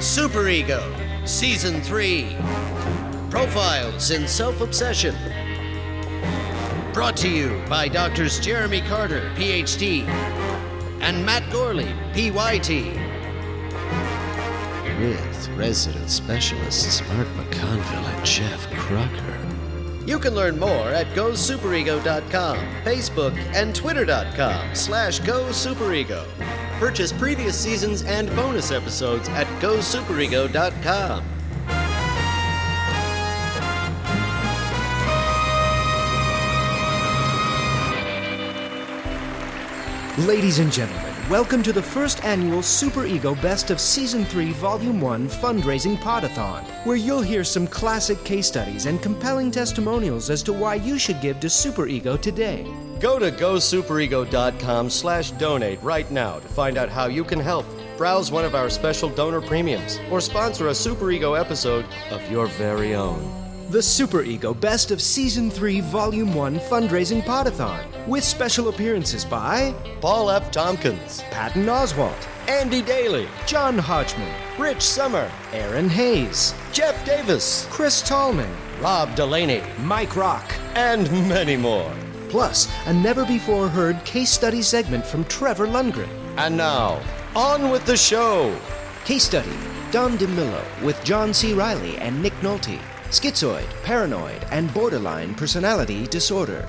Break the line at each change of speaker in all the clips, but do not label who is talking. Super Ego, Season 3 Profiles in Self Obsession. Brought to you by Doctors Jeremy Carter, PhD, and Matt Gorley, PYT. With resident specialists Mark McConville and Jeff Crocker. You can learn more at gosuperego.com, Facebook, and twitter.com slash gosuperego. Purchase previous seasons and bonus episodes at gosuperego.com.
Ladies and gentlemen, welcome to the first annual Super Ego Best of Season 3, Volume 1 fundraising podathon, where you'll hear some classic case studies and compelling testimonials as to why you should give to Super Ego today.
Go to gosuperego.com slash donate right now to find out how you can help. Browse one of our special donor premiums or sponsor a Super Ego episode of your very own.
The Super Ego Best of Season 3, Volume 1 fundraising podathon, with special appearances by
Paul F. Tompkins,
Patton Oswalt,
Andy Daly,
John Hodgman,
Rich Summer,
Aaron Hayes,
Jeff Davis,
Chris Tallman,
Rob Delaney,
Mike Rock,
and many more.
Plus, a never before heard case study segment from Trevor Lundgren.
And now, on with the show.
Case study Don DeMillo with John C. Riley and Nick Nolte. Schizoid, paranoid, and borderline personality disorder.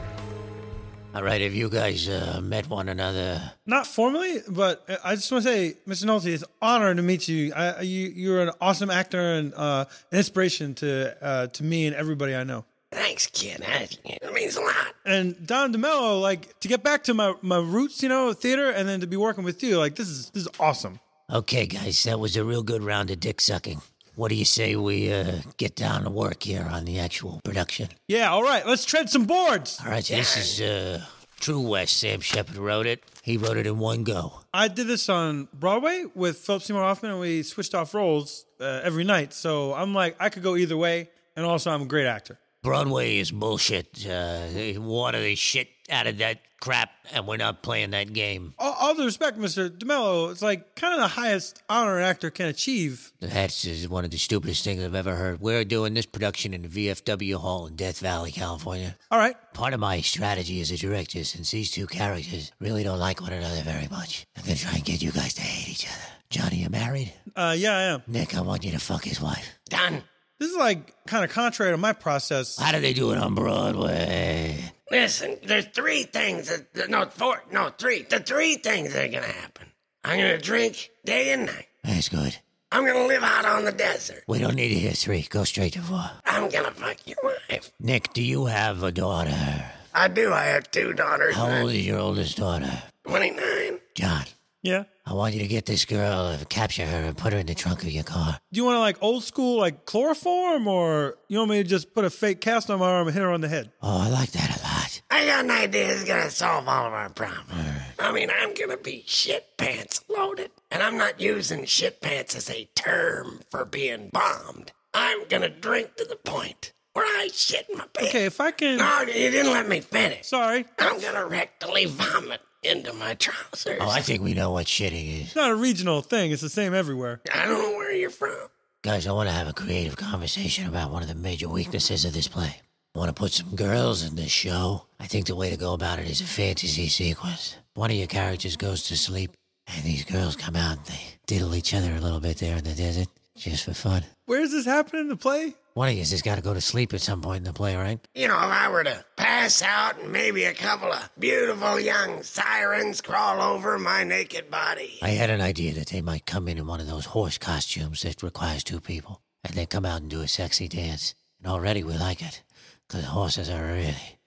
All right, have you guys uh, met one another?
Not formally, but I just want to say, Mr. Nolte, it's an honor to meet you. I, you you're an awesome actor and uh, an inspiration to uh, to me and everybody I know.
Thanks, kid. That it means a lot.
And Don DeMello, like to get back to my, my roots, you know, theater, and then to be working with you, like this is this is awesome.
Okay, guys, that was a real good round of dick sucking. What do you say we uh, get down to work here on the actual production?
Yeah, all right, let's tread some boards.
All right, so this is uh, True West. Sam Shepard wrote it. He wrote it in one go.
I did this on Broadway with Philip Seymour Hoffman, and we switched off roles uh, every night. So I'm like, I could go either way, and also I'm a great actor.
Broadway is bullshit. Uh, they water the shit out of that crap, and we're not playing that game.
All, all due respect, Mr. DeMello, it's like kind of the highest honor an actor can achieve.
That's just one of the stupidest things I've ever heard. We're doing this production in the VFW Hall in Death Valley, California.
All right.
Part of my strategy as a director, since these two characters really don't like one another very much, I'm going to try and get you guys to hate each other. Johnny, you married?
Uh, yeah, I am.
Nick, I want you to fuck his wife. Done.
This is like kind of contrary to my process.
How do they do it on Broadway?
Listen, there's three things that, that- no, four, no, three. The three things that are going to happen. I'm going to drink day and night.
That's good.
I'm going to live out on the desert.
We don't need to hear three. Go straight to four.
I'm going to fuck your wife.
Nick, do you have a daughter?
I do. I have two daughters.
How old is your oldest daughter?
29.
John,
Yeah.
I want you to get this girl, capture her, and put her in the trunk of your car.
Do you want to like old school, like chloroform, or you want me to just put a fake cast on my arm and hit her on the head?
Oh, I like that a lot.
I got an idea that's gonna solve all of our problems. I mean, I'm gonna be shit pants loaded, and I'm not using shit pants as a term for being bombed. I'm gonna drink to the point where I shit my pants.
Okay, if I can.
No, you didn't let me finish.
Sorry,
I'm gonna rectally vomit into my trousers.
Oh, I think we know what shitting is.
it's not a regional thing. It's the same everywhere.
I don't know where you're from.
Guys, I want to have a creative conversation about one of the major weaknesses of this play. I want to put some girls in this show. I think the way to go about it is a fantasy sequence. One of your characters goes to sleep, and these girls come out and they diddle each other a little bit there in the desert, just for fun.
Where is this happening in the play?
One of you has got to go to sleep at some point in the play, right?
You know, if I were to pass out and maybe a couple of beautiful young sirens crawl over my naked body.
I had an idea that they might come in in one of those horse costumes that requires two people, and they come out and do a sexy dance. And already we like it, 'cause horses are really,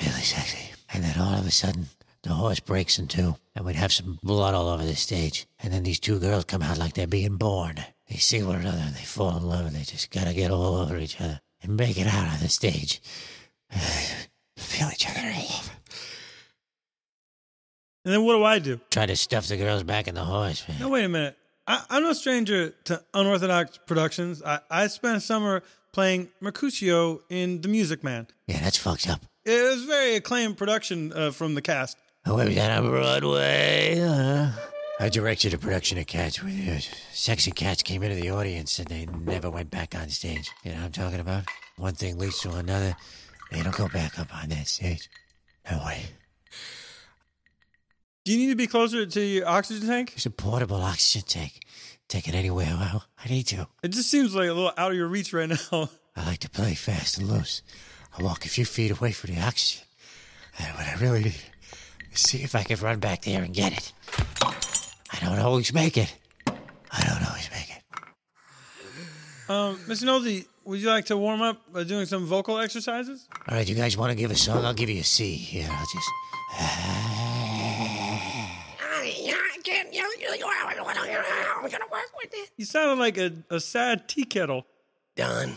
really sexy. And then all of a sudden, the horse breaks in two, and we'd have some blood all over the stage. And then these two girls come out like they're being born. They see one another, and they fall in love, and they just gotta get all over each other and make it out on the stage. Feel each other all over.
And then what do I do?
Try to stuff the girls back in the horse, man.
No, wait a minute. I, I'm no stranger to unorthodox productions. I, I spent a summer playing Mercutio in The Music Man.
Yeah, that's fucked up.
It was a very acclaimed production uh, from the cast.
Oh, wait, was that on Broadway? Uh, I directed a production of Cats where the sexy cats came into the audience and they never went back on stage. You know what I'm talking about? One thing leads to another. They don't go back up on that stage. No way.
Do you need to be closer to your oxygen tank?
There's a portable oxygen tank. Take it anywhere. Wow, I need to.
It just seems like a little out of your reach right now.
I like to play fast and loose. I walk a few feet away from the oxygen. And what I really need is see if I can run back there and get it. I don't always make it. I don't always make it.
Um, Mr. Nolte, would you like to warm up by doing some vocal exercises?
All right, you guys want to give a song? I'll give you a C here. I'll just.
I can't. I'm gonna work with it.
You sounded like a, a sad tea kettle.
Don,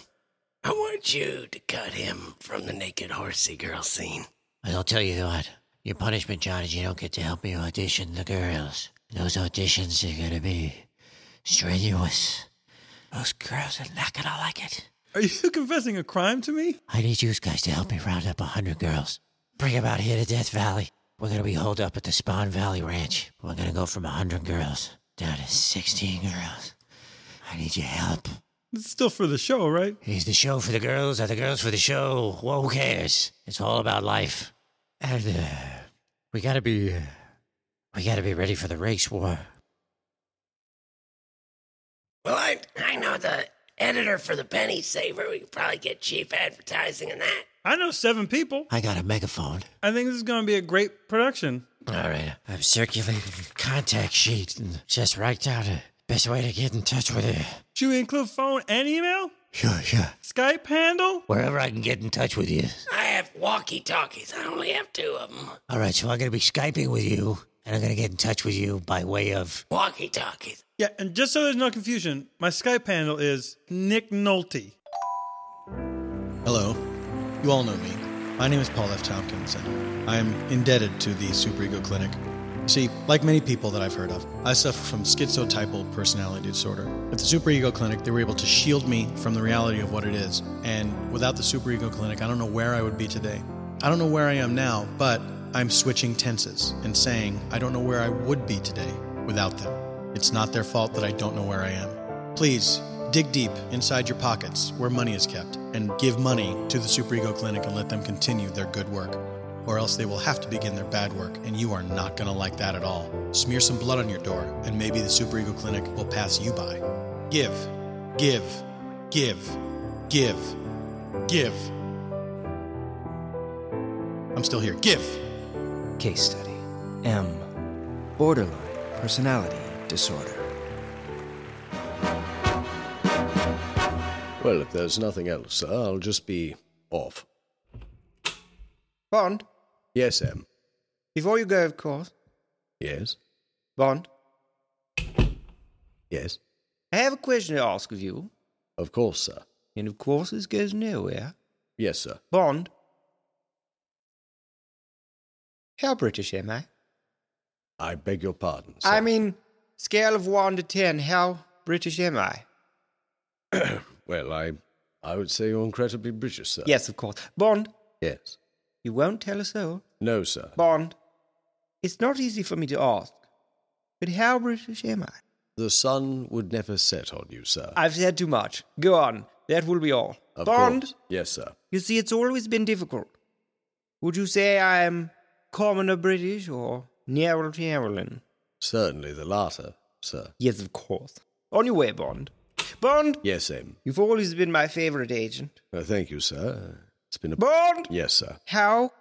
I want you to cut him from the naked horsey girl scene.
But I'll tell you what. Your punishment, John, is you don't get to help me audition the girls. Those auditions are going to be strenuous. Those girls are not going to like it.
Are you confessing a crime to me?
I need you guys to help me round up a 100 girls. Bring 'em out here to Death Valley. We're going to be holed up at the Spawn Valley Ranch. We're going to go from a 100 girls down to 16 girls. I need your help.
It's still for the show, right?
Is the show for the girls? Are the girls for the show? Who cares? It's all about life. And uh, we gotta be, uh, we gotta be ready for the race war.
Well, I I know the editor for the Penny Saver. We could probably get cheap advertising in that.
I know seven people.
I got a megaphone.
I think this is going to be a great production.
All right, I'm circulating the contact sheet and just write down the best way to get in touch with you.
Should we include phone and email?
Sure, sure.
Skype handle?
Wherever I can get in touch with you.
I have walkie talkies. I only have two of them.
All right, so I'm gonna be skyping with you, and I'm gonna get in touch with you by way of
Walkie talkies.
Yeah, and just so there's no confusion, my Skype handle is Nick Nolte.
Hello. You all know me. My name is Paul F. Tompkins, and I am indebted to the Superego Clinic. See, like many people that I've heard of, I suffer from schizotypal personality disorder. At the Superego Clinic, they were able to shield me from the reality of what it is. And without the Superego Clinic, I don't know where I would be today. I don't know where I am now, but I'm switching tenses and saying I don't know where I would be today without them. It's not their fault that I don't know where I am. Please dig deep inside your pockets where money is kept and give money to the Superego Clinic and let them continue their good work. Or else they will have to begin their bad work, and you are not going to like that at all. Smear some blood on your door, and maybe the Superego Clinic will pass you by. Give, give, give, give, give. I'm still here. Give!
Case study M. Borderline personality disorder.
Well, if there's nothing else, sir, I'll just be off.
Bond,
Yes, Em.
before you go, of course.
Yes?
Bond,
Yes,
I have a question to ask of you,
of course, sir.
and of course this goes nowhere.
Yes, sir.
Bond. How British am I?
I beg your pardon.
I mean, scale of 1 to 10, how British am I?
Well, I, I would say you're incredibly British, sir.
Yes, of course. Bond,
Yes.
you won't tell us all.
No, sir.
Bond, it's not easy for me to ask, but how British am I?
The sun would never set on you, sir.
I've said too much. Go on. That will be all.
Of
Bond,
course. Yes, sir.
you see, it's always been difficult. Would you say I am commoner British or nearer to Ireland?
Certainly the latter, sir.
Yes, of course. On your way, Bond. Bond,
Yes, M.
you've always been my favorite agent.
Uh, thank you, sir. It's been a.
Bond,
Yes, sir.
how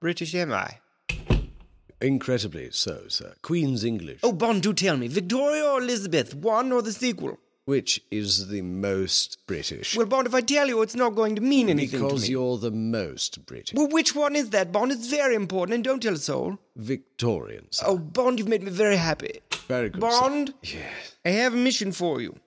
British am I?
Incredibly so, sir. Queen's English,
Oh, Bond, do tell me, Victoria or Elizabeth, one or the sequel?
which is the most British.
Well, Bond, if I tell you, it's not going to mean anything
because
to me.
you're the most British.
Well, which one is that, Bond? It's very important, and don't tell a soul.
Victorian, sir.
Oh, Bond, you've made me very happy.
Very good, sir.
Bond,
Yes.
I have a mission for you.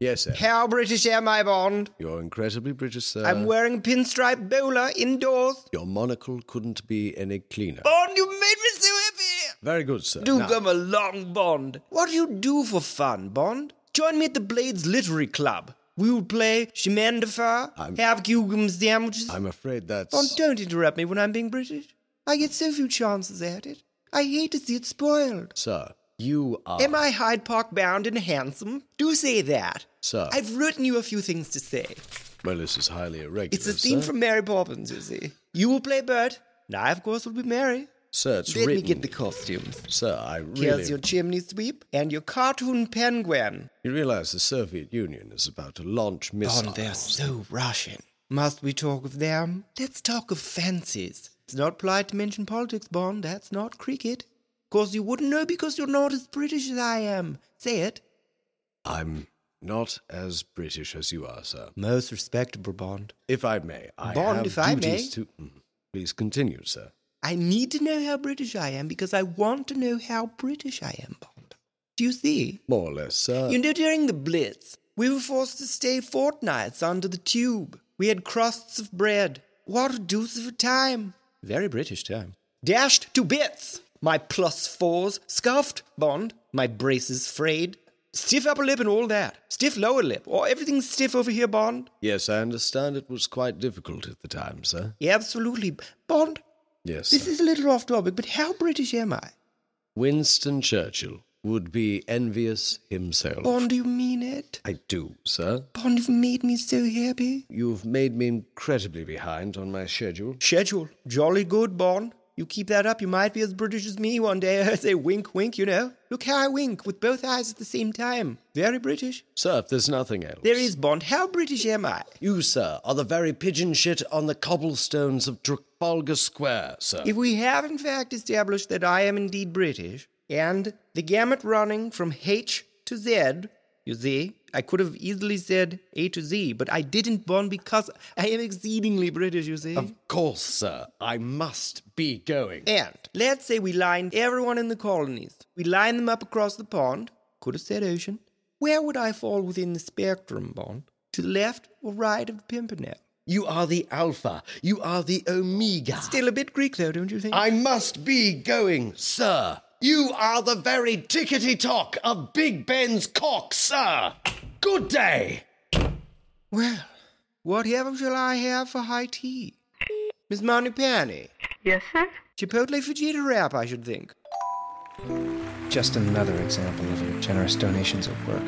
Yes, sir.
How British am I, Bond?
You're incredibly British, sir.
I'm wearing a pinstripe bowler indoors.
Your monocle couldn't be any cleaner.
Bond, you made me so happy!
Very good, sir.
Do
Now,
come along, Bond. What do you do for fun, Bond? Join me at the Blades Literary Club. We will play Shemandifer,
I'm-
have Gugum sandwiches.
I'm afraid that's.
Bond, don't interrupt me when I'm being British. I get so few chances at it. I hate to see it spoiled.
Sir, you are.
Am I Hyde Park bound and handsome? Do say that.
Sir.
I've written you a few things to say.
Well, this is highly irregular.
It's a theme
sir.
from Mary Poppins, you see. You will play Bert, and I, of course, will be Mary.
Sir, it's
Let
written.
me get the costumes.
Sir, I really.
Here's your chimney sweep and your cartoon penguin.
You realize the Soviet Union is about to launch missiles.
Bond, they're so Russian. Must we talk of them? Let's talk of fancies. It's not polite to mention politics, Bond. That's not cricket. Course you wouldn't know because you're not as British as I am. Say it.
I'm not as British as you are, sir.
Most respectable, Bond.
If I may, I
Bond,
have
if I
duties
may.
to. Mm. Please continue, sir.
I need to know how British I am because I want to know how British I am, Bond. Do you see?
More or less, sir.
uh,
You know, during the Blitz, we were forced to stay fortnights under the tube. We had crusts of bread. What a deuce of a time. Very British time. Dashed to bits. My plus fours scuffed, Bond. My braces frayed. Stiff upper lip and all that. Stiff lower lip. Or everything's stiff over here, Bond.
Yes, I understand it was quite difficult at the time, sir.
Yeah, absolutely. Bond,
Yes.
this
sir.
is a little off topic, but how British am I?
Winston Churchill would be envious himself.
Bond, do you mean it?
I do, sir.
Bond, you've made me so happy.
You've made me incredibly behind on my schedule.
Schedule. Jolly good, Bon. You keep that up, you might be as British as me one day. I say wink, wink, you know. Look how I wink with both eyes at the same time. Very British.
Sir, if there's nothing else.
There is Bond. How British am I?
You, sir, are the very pigeon shit on the cobblestones of Trafalgar Square, sir.
If we have in fact established that I am indeed British, and the gamut running from H to Z, you see, I could have easily said A to Z, but I didn't, Bon, because I am exceedingly British, you see.
Of course, sir. I must be going.
And let's say we lined everyone in the colonies. We line them up across the pond. Could have said ocean. Where would I fall within the spectrum, Bond? To the left or right of the Pimpernel?
You are the alpha. You are the omega.
Still a bit Greek, though, don't you think?
I must be going, sir. You are the very tickety tock of Big Ben's cock, sir. Good day.
Well, whatever shall I have for high tea? Miss Moneypenny.
Yes, sir?
Chipotle fajita wrap, I should think.
Just another example of your generous donations at work.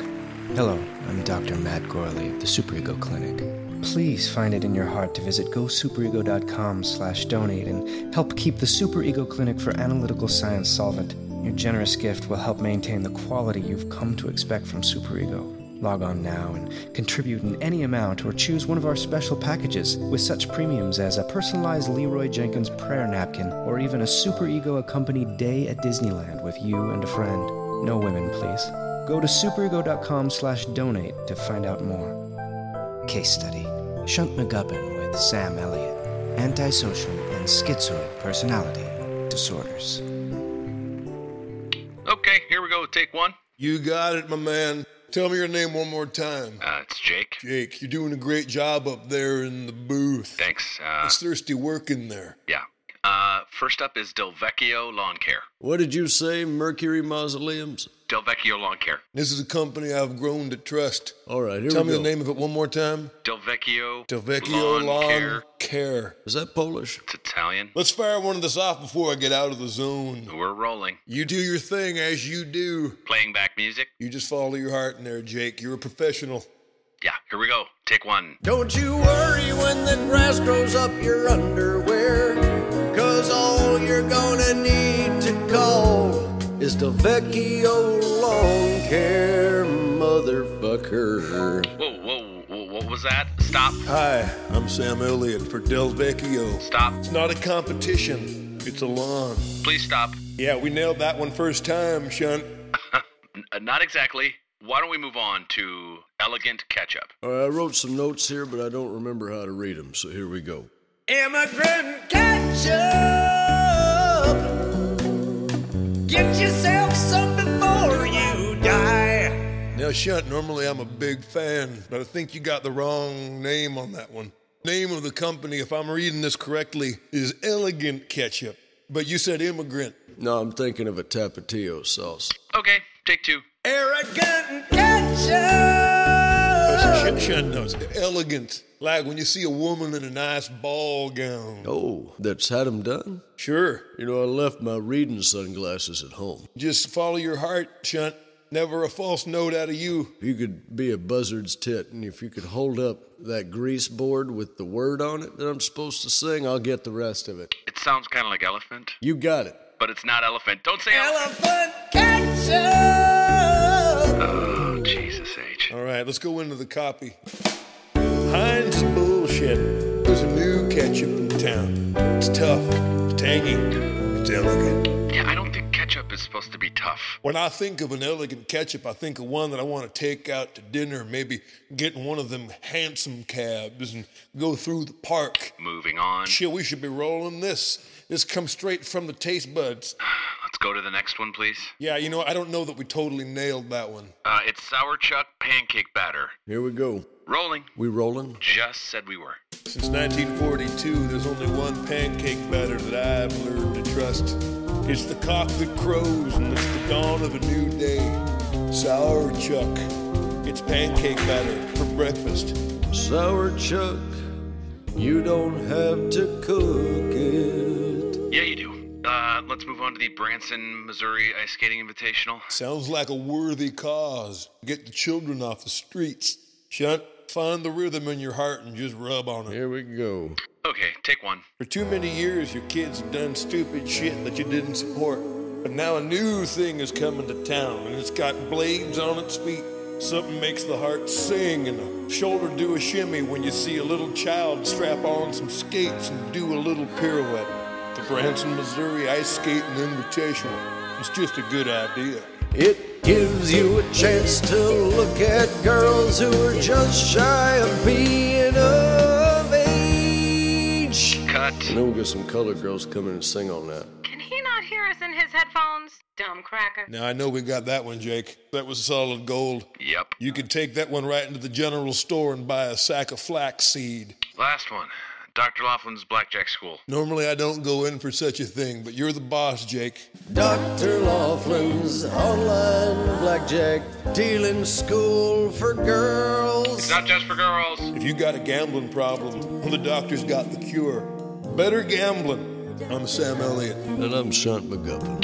Hello, I'm Dr. Matt Gorley of the Superego Clinic. Please find it in your heart to visit gosuperego.com slash donate and help keep the Superego Clinic for Analytical Science solvent. Your generous gift will help maintain the quality you've come to expect from Superego. Log on now and contribute in any amount or choose one of our special packages with such premiums as a personalized Leroy Jenkins prayer napkin or even a superego accompanied day at Disneyland with you and a friend. No women, please. Go to superego.com slash donate to find out more. Case study Shunt McGubbin with Sam Elliott. Antisocial and schizoid personality disorders.
Okay, here we go. Take one.
You got it, my man. Tell me your name one more time.
Uh, it's Jake.
Jake, you're doing a great job up there in the booth.
Thanks. Uh,
It's thirsty work in there.
yeah. Uh, first up is Delvecchio Lawn Care.
What did you say, Mercury Mausoleums?
Delvecchio Lawn Care.
This is a company I've grown to trust. All right,
here
Tell
we
me
go.
the name of it one more time.
Delvecchio.
Delvecchio
Lawn
Lawn
Care.
Care. Is that Polish?
It's Italian.
Let's fire one of this off before I get out of the zone.
We're rolling.
You do your thing as you do.
Playing back music.
You just follow your heart in there, Jake. You're a professional.
Yeah, here we go. Take one.
Don't you worry when the grass grows up your underwear. Cause all you're gonna need to call is the Vecchio Lawn Care motherfucker.
Whoa, whoa, whoa, what was that? Stop.
Hi, I'm Sam Elliott for Del Vecchio.
Stop.
It's not a competition, it's a lawn.
Please stop.
Yeah, we nailed that one first time, Shunt.
N- uh, not exactly. Why don't we move on to elegant ketchup?
All right, I wrote some notes here, but I don't remember how to read them, so here we go.
Immigrant ketchup. Get yourself some before you die.
Now, Shunt, normally I'm a big fan, but I think you got the wrong name on that one. Name of the company, if I'm reading this correctly, is Elegant Ketchup, but you said immigrant.
No, I'm thinking of a Tapatio sauce.
Okay, take two.
Arrogant ketchup.
Shunt, Shunt knows elegant, like when you see a woman in a nice ball gown.
Oh, that's had 'em done?
Sure.
You know, I left my reading sunglasses at home.
Just follow your heart, Shunt. Never a false note out of you.
If you could be a buzzard's tit, and if you could hold up that grease board with the word on it that I'm supposed to sing, I'll get the rest of it.
It sounds kind of like elephant,
You got it.
but it's not elephant. Don't say elephant.
Oh,
Jesus H.
All right, let's go into the copy. Heinz is bullshit. There's a new ketchup in town. It's tough, it's tangy, it's elegant.
Yeah, I don't think ketchup is supposed to be tough.
When I think of an elegant ketchup, I think of one that I want to take out to dinner, maybe get in one of them handsome cabs and go through the park.
Moving on.
Shit, we should be rolling this. This comes straight from the taste buds.
Let's go to the next one, please.
Yeah, you know, I don't know that we totally nailed that one.
Uh, it's sour chuck pancake batter.
Here we go.
Rolling.
We rolling?
Just said we were.
Since 1942, there's only one pancake batter that I've learned to trust. It's the cock that crows, and it's the dawn of a new day. Sour Chuck. It's pancake batter for breakfast.
Sour Chuck, you don't have to cook it.
Yeah, you do. Uh, let's move on to the Branson, Missouri Ice Skating Invitational.
Sounds like a worthy cause. Get the children off the streets. Shunt, find the rhythm in your heart and just rub on it.
Here we go.
Okay, take one.
For too many years, your kids have done stupid shit that you didn't support. But now a new thing is coming to town, and it's got blades on its feet. Something makes the heart sing and the shoulder do a shimmy when you see a little child strap on some skates and do a little pirouette. The Branson, Missouri Ice Skating Invitational. It's just a good idea.
It gives you a
chance
to look at
girls who are just shy of being of age.
Cut.
And then we'll get some colored girls come in and sing on that.
Can he not hear us in his headphones? Dumb cracker.
Now I know we got that one, Jake. That was solid gold.
Yep.
You could take that one right into the general store and buy a sack of flax seed.
Last one. Dr. Laughlin's Blackjack School.
Normally, I don't go in for such a thing, but you're the boss, Jake.
Dr. Laughlin's online blackjack dealing school for girls. It's
not just for girls.
If you got a gambling problem, the doctor's got the cure. Better gambling. I'm Sam Elliott.
And I'm Shunt McGuffin.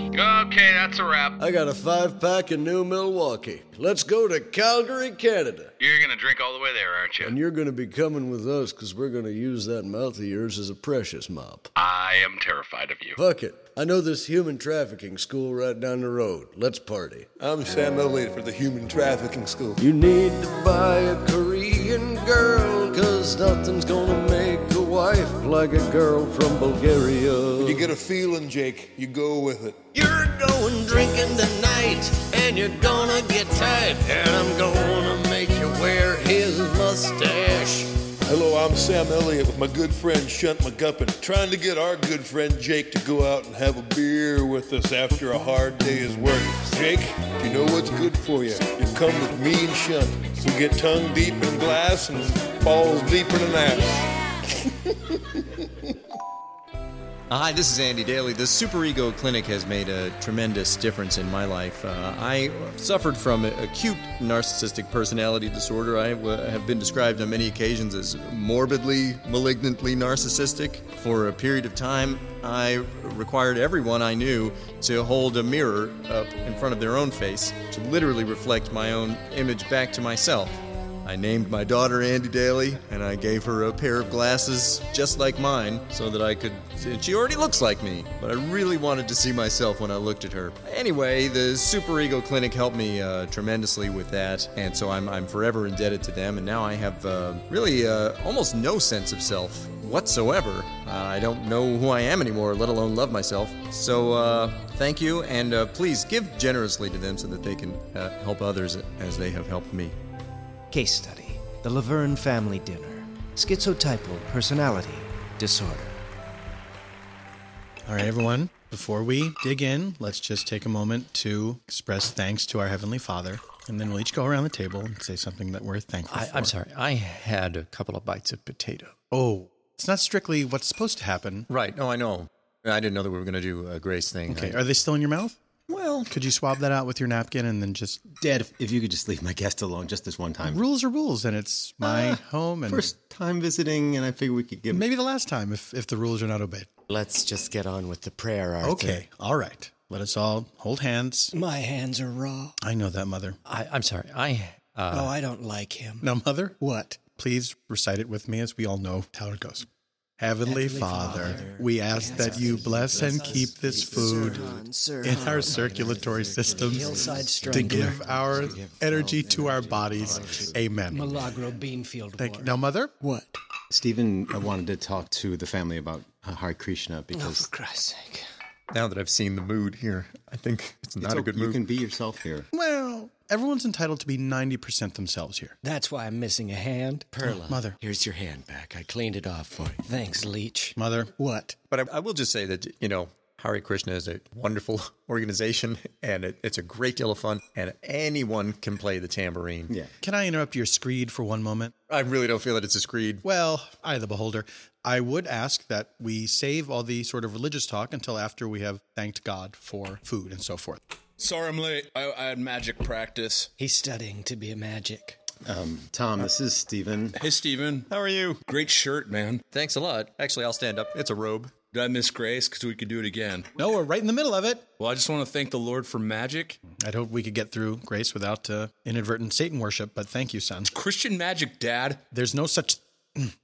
Okay, that's a wrap.
I got a five pack in New Milwaukee. Let's go to Calgary, Canada.
You're gonna drink all the way there, aren't you?
And you're going to be coming with us because we're going to use that mouth of yours as a precious mop.
I am terrified of you.
Fuck it. I know this human trafficking school right down the road. Let's party.
I'm Sam Elliott for the Human Trafficking School.
You need
to buy a Korean girl, cause nothing's gonna make a wife like a girl from Bulgaria.
When you get a feeling, Jake, you go with it.
You're going drinking tonight, and you're gonna get tight, and I'm gonna make you wear his mustache.
Hello, I'm Sam Elliott with my good friend Shunt McGuppin, trying to get our good friend Jake to go out and have a beer with us after a hard day's work. Jake, you know what's good for you? You come with me and Shunt. We get tongue deep in glass and balls deeper than that.
Uh, Hi, this is Andy Daly. The Super Ego Clinic has made a tremendous difference in my life. Uh, I suffered from acute narcissistic personality disorder. I uh, have been described on many occasions as morbidly, malignantly narcissistic. For a period of time, I required everyone I knew to hold a mirror up in front of their own face to literally reflect my own image back to myself. I named my daughter Andy Daly, and I gave her a pair of glasses just like mine so that I could. And she already looks like me, but I really wanted to see myself when I looked at her. Anyway, the Super Ego Clinic helped me uh, tremendously with that, and so I'm, I'm forever indebted to them, and now I have uh, really uh, almost no sense of self whatsoever. Uh, I don't know who I am anymore, let alone love myself. So uh, thank you, and uh, please give generously to them so that they can uh, help others as they have helped me.
Case study The Laverne family dinner. Schizotypal personality disorder.
All right, everyone, before we dig in, let's just take a moment to express thanks to our Heavenly Father, and then we'll each go around the table and say something that we're thankful
I-
for.
I'm sorry, I had a couple of bites of potato.
Oh, it's not strictly what's supposed to happen.
Right. No, I know. I didn't know that we were going to do a Grace thing.
Okay,
I-
are they still in your mouth? Well, could you swab that out with your napkin and then just.
Dad, if, if you could just leave my guest alone just this one time.
Rules are rules, and it's my
Ah,
home. And
First time visiting, and I figure we could give
maybe the last time if, if the rules are not obeyed.
Let's just get on with the prayer,
Okay, all right. Let us all hold hands.
My hands are raw.
I know that, Mother.
I, I'm sorry. I. Uh,
oh, I don't like him.
Now, Mother, what? Please recite it with me as we all know how it goes. Heavenly,
Heavenly
Father,
Father,
we ask that you bless and keep this food in our circulatory system
Hillside
to
strangler.
give our energy to our bodies. Amen.
Milagro Beanfield.
Thank you. Now, Mother,
What?
Stephen uh, wanted to talk to the family about uh, Hare Krishna because.
Oh, for Christ's sake.
now that I've seen the mood here, I think it's not a
o-
good
You
mood.
can be yourself here.
Well, everyone's entitled to be 90% themselves here.
That's why I'm missing a hand.
Perla, Oh, Mother.
Here's your hand back. I cleaned it off for you. Thanks, Leech.
Mother.
What?
But I, I will just say that, you know, Hare Krishna is a wonderful organization and it, it's a great deal of fun, and anyone can play the tambourine.
Yeah.
Can I interrupt your screed for one moment?
I really don't feel that it's a screed.
Well, I, the beholder, I would ask that we save all the sort of religious talk until after we have thanked God for food and so forth.
Sorry I'm late. I, I had magic practice.
He's studying to be a magic.
Um, Tom, this is Stephen.
Hey, Steven.
How are you?
Great shirt, man.
Thanks a lot. Actually, I'll stand up. It's a robe.
Did I miss grace? Because we could do it again.
No, we're right in the middle of it.
Well, I just want to thank the Lord for magic.
I'd hope we could get through grace without uh, inadvertent Satan worship, but thank you, son.
Christian magic, Dad.
There's no such.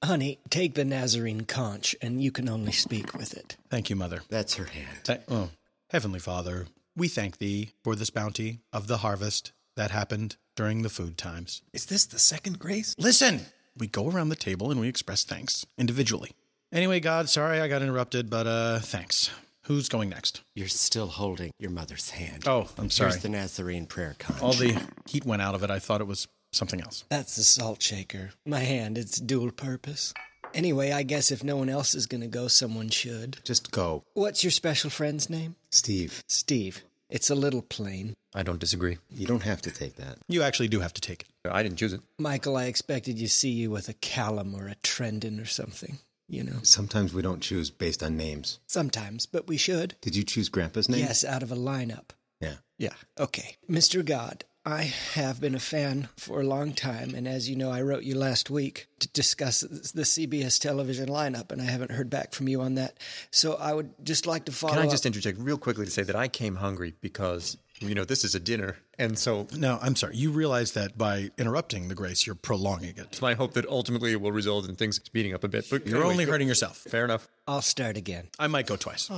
Honey, take the Nazarene conch, and you can only speak with it.
Thank you, Mother.
That's her hand.
oh. Heavenly Father, we thank thee for this bounty of the harvest that happened during the food times.
Is this the second grace?
Listen! We go around the table and we express thanks individually. Anyway, God, sorry I got interrupted, but uh, thanks. Who's going next?
You're still holding your mother's hand.
Oh, I'm sorry.
Here's the Nazarene prayer conch.
All the heat went out of it. I thought it was something else.
That's the salt shaker. My hand, it's dual purpose. Anyway, I guess if no one else is going to go, someone should.
Just go.
What's your special friend's name?
Steve.
Steve. It's a little plain.
I don't disagree.
You don't have to take that.
You actually do have to take it.
I didn't choose it.
Michael, I expected you see you with a Callum or a Trendon or something. You know,
Sometimes we don't choose based on names.
sometimes, but we should.
Did you choose Grandpa's name?
Yes, out of a lineup.
Yeah.
Yeah. Okay. Mr. God, I have been a fan for a long time, and as you know, I wrote you last week to discuss the CBS television lineup, and I haven't heard back from you on that. So I would just like to follow
Can I
up-
just interject real quickly to say that I came hungry because, you know, this is a dinner. And so
No, I'm sorry. You realize that by interrupting the grace, you're prolonging it.
it's my hope that ultimately it will result in things speeding up a bit. But
You're
anyway,
only
go-
hurting yourself.
Fair enough. Oh,
I'll start again.
I might go twice.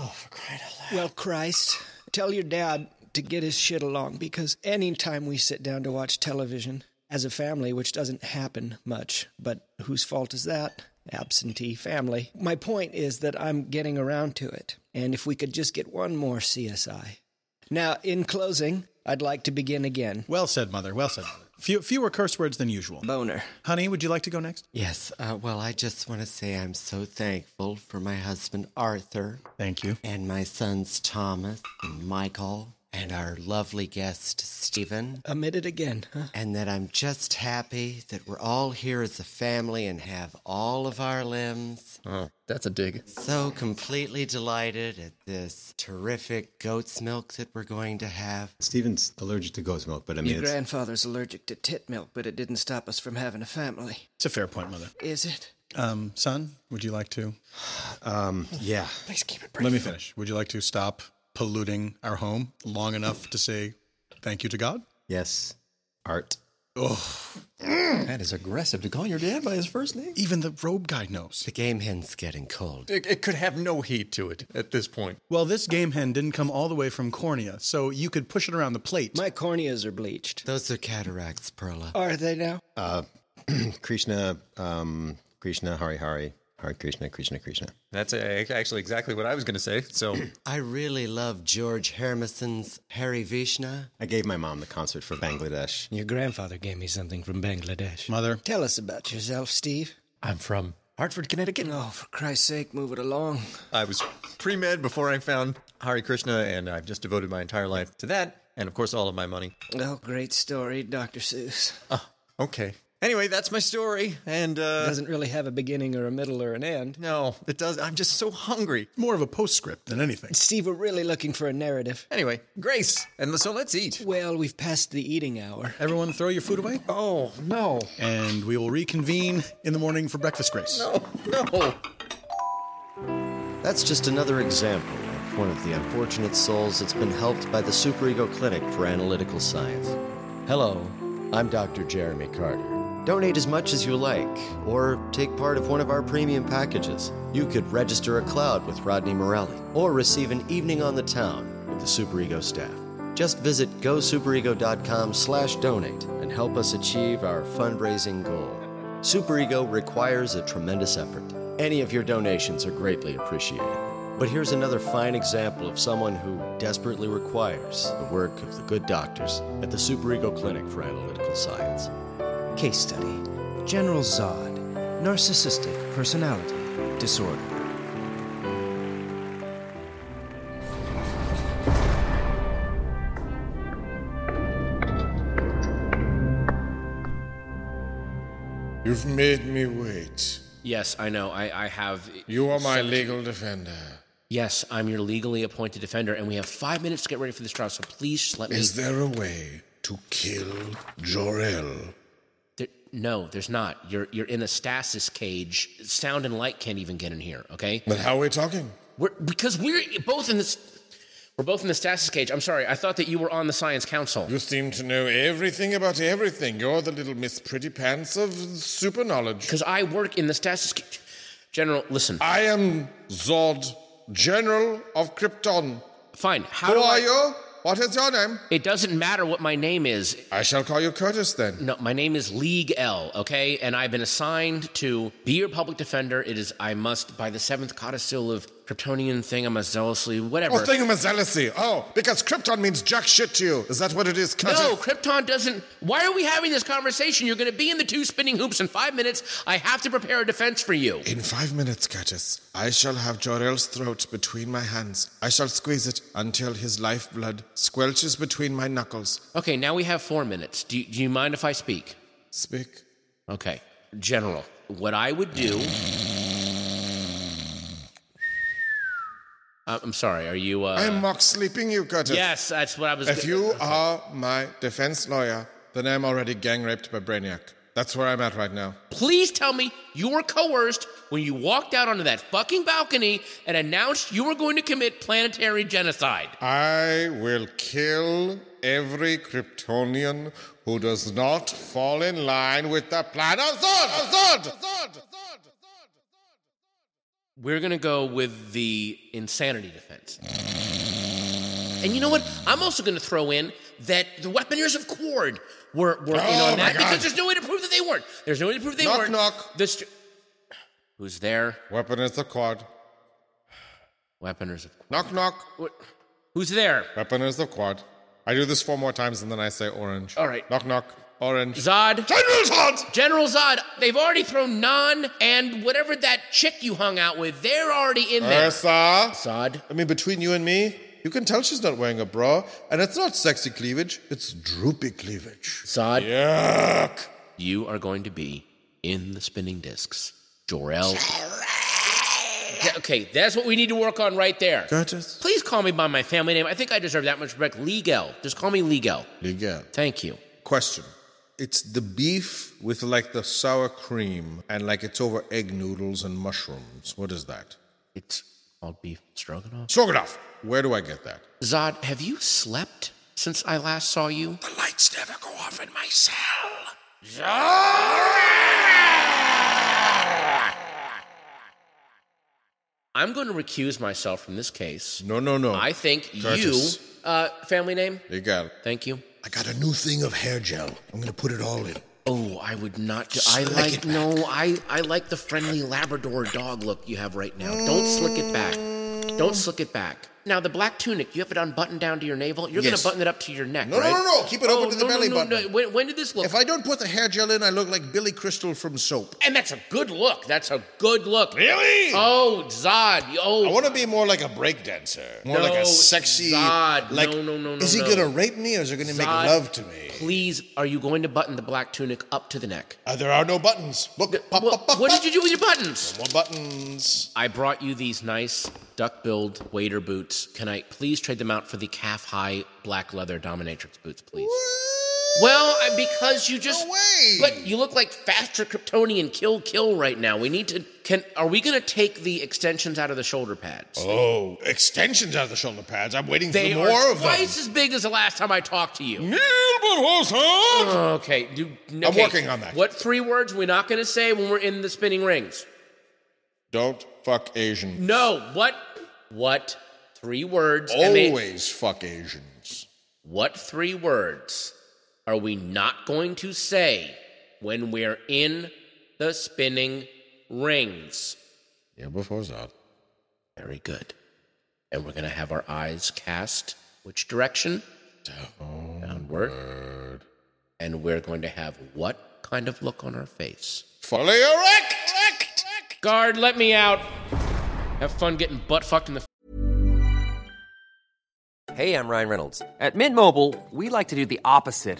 Well, Christ, tell your dad to get his shit along because anytime we sit down to watch television as a family, which doesn't happen much, but whose fault is that? Absentee family. My point is that I'm getting around to it. And if we could just get one more CSI. Now, in closing, I'd like to begin again.
Well said, Mother. Well said. Few, fewer curse words than usual.
Boner.
Honey, would you like to go next?
Yes. Uh, well, I just want to say I'm so thankful for my husband, Arthur.
Thank you.
And my sons, Thomas and Michael, and our lovely guest, Stephen.
Omitted again. Huh?
And that I'm just happy that we're all here as a family and have all of our limbs.
Oh, that's a dig.
So completely delighted at this terrific goat's milk that we're going to have.
Steven's allergic to goat's milk, but I mean,
Your
it's,
grandfather's allergic to tit milk, but it didn't stop us from having a family.
It's a fair point, Mother.
Is it?
Um, son, would you like to?
Um, yeah.
Please keep it
Let me finish. Would you like to stop polluting our home long enough to say thank you to God?
yes, art.
Oh,
That is aggressive to call your dad by his first name.
Even the robe guy knows.
The game hen's getting cold.
It, it could have no heat to it at this point.
Well, this game hen didn't come all the way from cornea, so you could push it around the plate.
My corneas are bleached.
Those are cataracts, Perla.
Are they now?
Uh, Krishna, um, Krishna, Hari Hari, Hari Krishna, Krishna, Krishna.
That's a, actually exactly what I was going to say. So
I really love George Hermison's Harry Vishna.
I gave my mom the concert for Bangladesh.
Your grandfather gave me something from Bangladesh.
Mother.
Tell us about yourself, Steve.
I'm from
Hartford, Connecticut.
Oh, for Christ's sake, move it along.
I was pre med before I found Hari Krishna, and I've just devoted my entire life to that, and of course, all of my money.
Oh, great story, Dr. Seuss.
Okay. Anyway, that's my story, and uh,
Doesn't really have a beginning or a middle or an end.
No, it does. I'm just so hungry.
More of a postscript than anything.
Steve, we're really looking for a narrative.
Anyway, Grace, and so let's eat.
Well, we've passed the eating hour.
Everyone, throw your food away.
Oh no!
And we will reconvene in the morning for breakfast, Grace.
No, no.
That's just another example of one of the unfortunate souls that's been helped by the Superego Clinic for Analytical Science. Hello, I'm Dr. Jeremy Carter. Donate as much as you like, or take part of one of our premium packages. You could register a cloud with Rodney Morelli, or receive an evening on the town with the Superego staff. Just visit gosuperego.com slash donate and help us achieve our fundraising goal. Superego requires a tremendous effort. Any of your donations are greatly appreciated. But here's another fine example of someone who desperately requires the work of the good doctors at the Superego Clinic for Analytical Science.
Case study General Zod, narcissistic personality disorder.
You've made me wait.
Yes, I know. I, I have.
You are my legal defender.
Yes, I'm your legally appointed defender, and we have five minutes to get ready for this trial. So please just let me.
Is there a way to kill Jor-El?
There, no, there's not. You're you're in a stasis cage. Sound and light can't even get in here. Okay.
But how are we talking?
We're because we're both in this. We're both in the stasis cage. I'm sorry. I thought that you were on the science council.
You seem to know everything about everything. You're the little Miss Pretty Pants of super knowledge.
Because I work in the stasis cage. General, listen.
I am Zod, General of Krypton.
Fine. How
Who
do
are
I-
you? What is your name?
It doesn't matter what my name is.
I shall call you Curtis then.
No, my name is League L, okay? And I've been assigned to be your public defender. It is, I must, by the seventh codicil of Kryptonian thing, I must zealously, whatever.
Oh, thingamazalacy. Oh, because Krypton means jack shit to you. Is that what it is, Curtis?
no, Krypton doesn't. Why are we having this conversation? You're going to be in the two spinning hoops in five minutes. I have to prepare a defense for you.
In five minutes, Curtis, I shall have Jorel's throat between my hands. I shall squeeze it until his lifeblood squelches between my knuckles.
Okay, now we have four minutes. Do, do you mind if I speak?
Speak.
Okay. General, what I would do. I- I'm sorry, are you. Uh,
I am mock sleeping you, Curtis.
Yes, that's what I was.
If you are my defense lawyer, then I'm already gang raped by Brainiac. That's where I'm at right now.
Please tell me you were coerced when you walked out onto that fucking balcony and announced you were going to commit planetary genocide.
I will kill every Kryptonian who does not fall in line with the plan of Zod! Zod! Zod!
We're going to go with the insanity defense. And you know what? I'm also going to throw in that the Weaponers of Quord were, were in
Oh,
on
my
that because
God.
there's no way to prove that they weren't. There's no way to prove they
Knock,
weren't. Knock, knock. Who's there?
Weapon is the quad.
Weaponers of Quord.
Knock, knock.
Who's there?
Weapon is the quad. I do this four more times and then I say orange.
All right.
Knock, knock.
Orange.
Zod. General Zod! General Zod. They've already thrown Nan and whatever that chick you hung out with, they're already in there.
Ursa. Sod. Uh, I mean, between you and me, you can tell she's not wearing a bra, and it's not sexy cleavage; it's droopy cleavage.
Sod.
Yuck.
You are going to be in the spinning discs. Jor-El. Yeah, Okay, that's what we need to work on right there.
Gorgeous.
Please call me by my family name. I think I deserve that much respect. Legal. Just call me Legal.
Legal.
Thank you.
Question. It's the beef with like the sour cream and like it's over egg noodles and mushrooms. What is that?
It's called beef stroganoff.
Stroganoff. Where do I get that?
Zod, have you slept since I last saw you? The lights never go off in my cell. I'm going to recuse myself from this case.
No, no, no.
I think
Curtis.
you. Uh, family name?
Legal.
Thank you.
I got a new thing of hair gel. I'm gonna put it all in.
Oh, I would not. Do, I
Slick
like
it
no. I I like the friendly Labrador dog look you have right now. Don't slick it back. Don't slick it back. Now the black tunic, you have it unbuttoned down to your navel. You're
Yes.
gonna button it up to your neck,
No,
right?
no, no, no. Keep it
Oh,
open to the
no, no,
belly
no,
button.
no. When, when did this look?
If I don't put the hair gel in, I look like Billy Crystal from Soap.
And that's a good look. That's a good look.
Really?
Oh, Zod. Oh.
I want to be more like a break dancer. More
No,
like a sexy.
Zod.
Like,
no, no, no, no.
Is he
no.
gonna rape me or is he gonna make
Zod,
love to me?
Please, are you going to button the black tunic up to the neck?
Uh, there are no buttons. Look, pop, pop, pop,
what did you do with your buttons?
No more buttons.
I brought you these nice duck-billed waiter boots. Can I please trade them out for the calf-high black leather dominatrix boots, please? Well, I- because you just But you look like faster Kryptonian kill kill right now. We need to can are we going to take the extensions out of the shoulder pads?
Oh, extensions out of the shoulder pads. I'm waiting
They
for
are
more of them.
twice as big as the last time I talked to you. Okay, you,
I'm
okay,
working on that.
What three words we're not going to say when we're in the spinning rings?
Don't fuck Asian.
No. What? What? Three words. and they-
Always fuck Asians.
what three words are we not going to say when we're in the spinning rings?
Yeah, before that.
Very good. And we're going to have our eyes cast which direction? Downward. And we're going to have what kind of look on our face?
Fully erect!
Guard, let me out. Have fun getting butt fucked in the
Hey, I'm Ryan Reynolds. At Mint Mobile, we like to do the opposite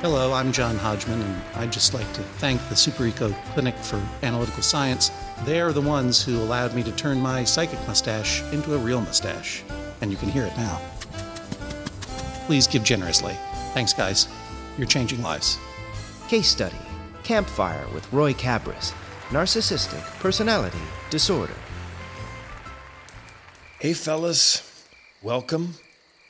Hello, I'm John Hodgman, and I'd just like to thank the Super Eco Clinic for Analytical Science. They're the ones who allowed me to turn my psychic mustache into a real mustache, and you can hear it now. Please give generously. Thanks, guys. You're changing lives.
Case Study Campfire with Roy Cabras Narcissistic Personality Disorder.
Hey, fellas. Welcome.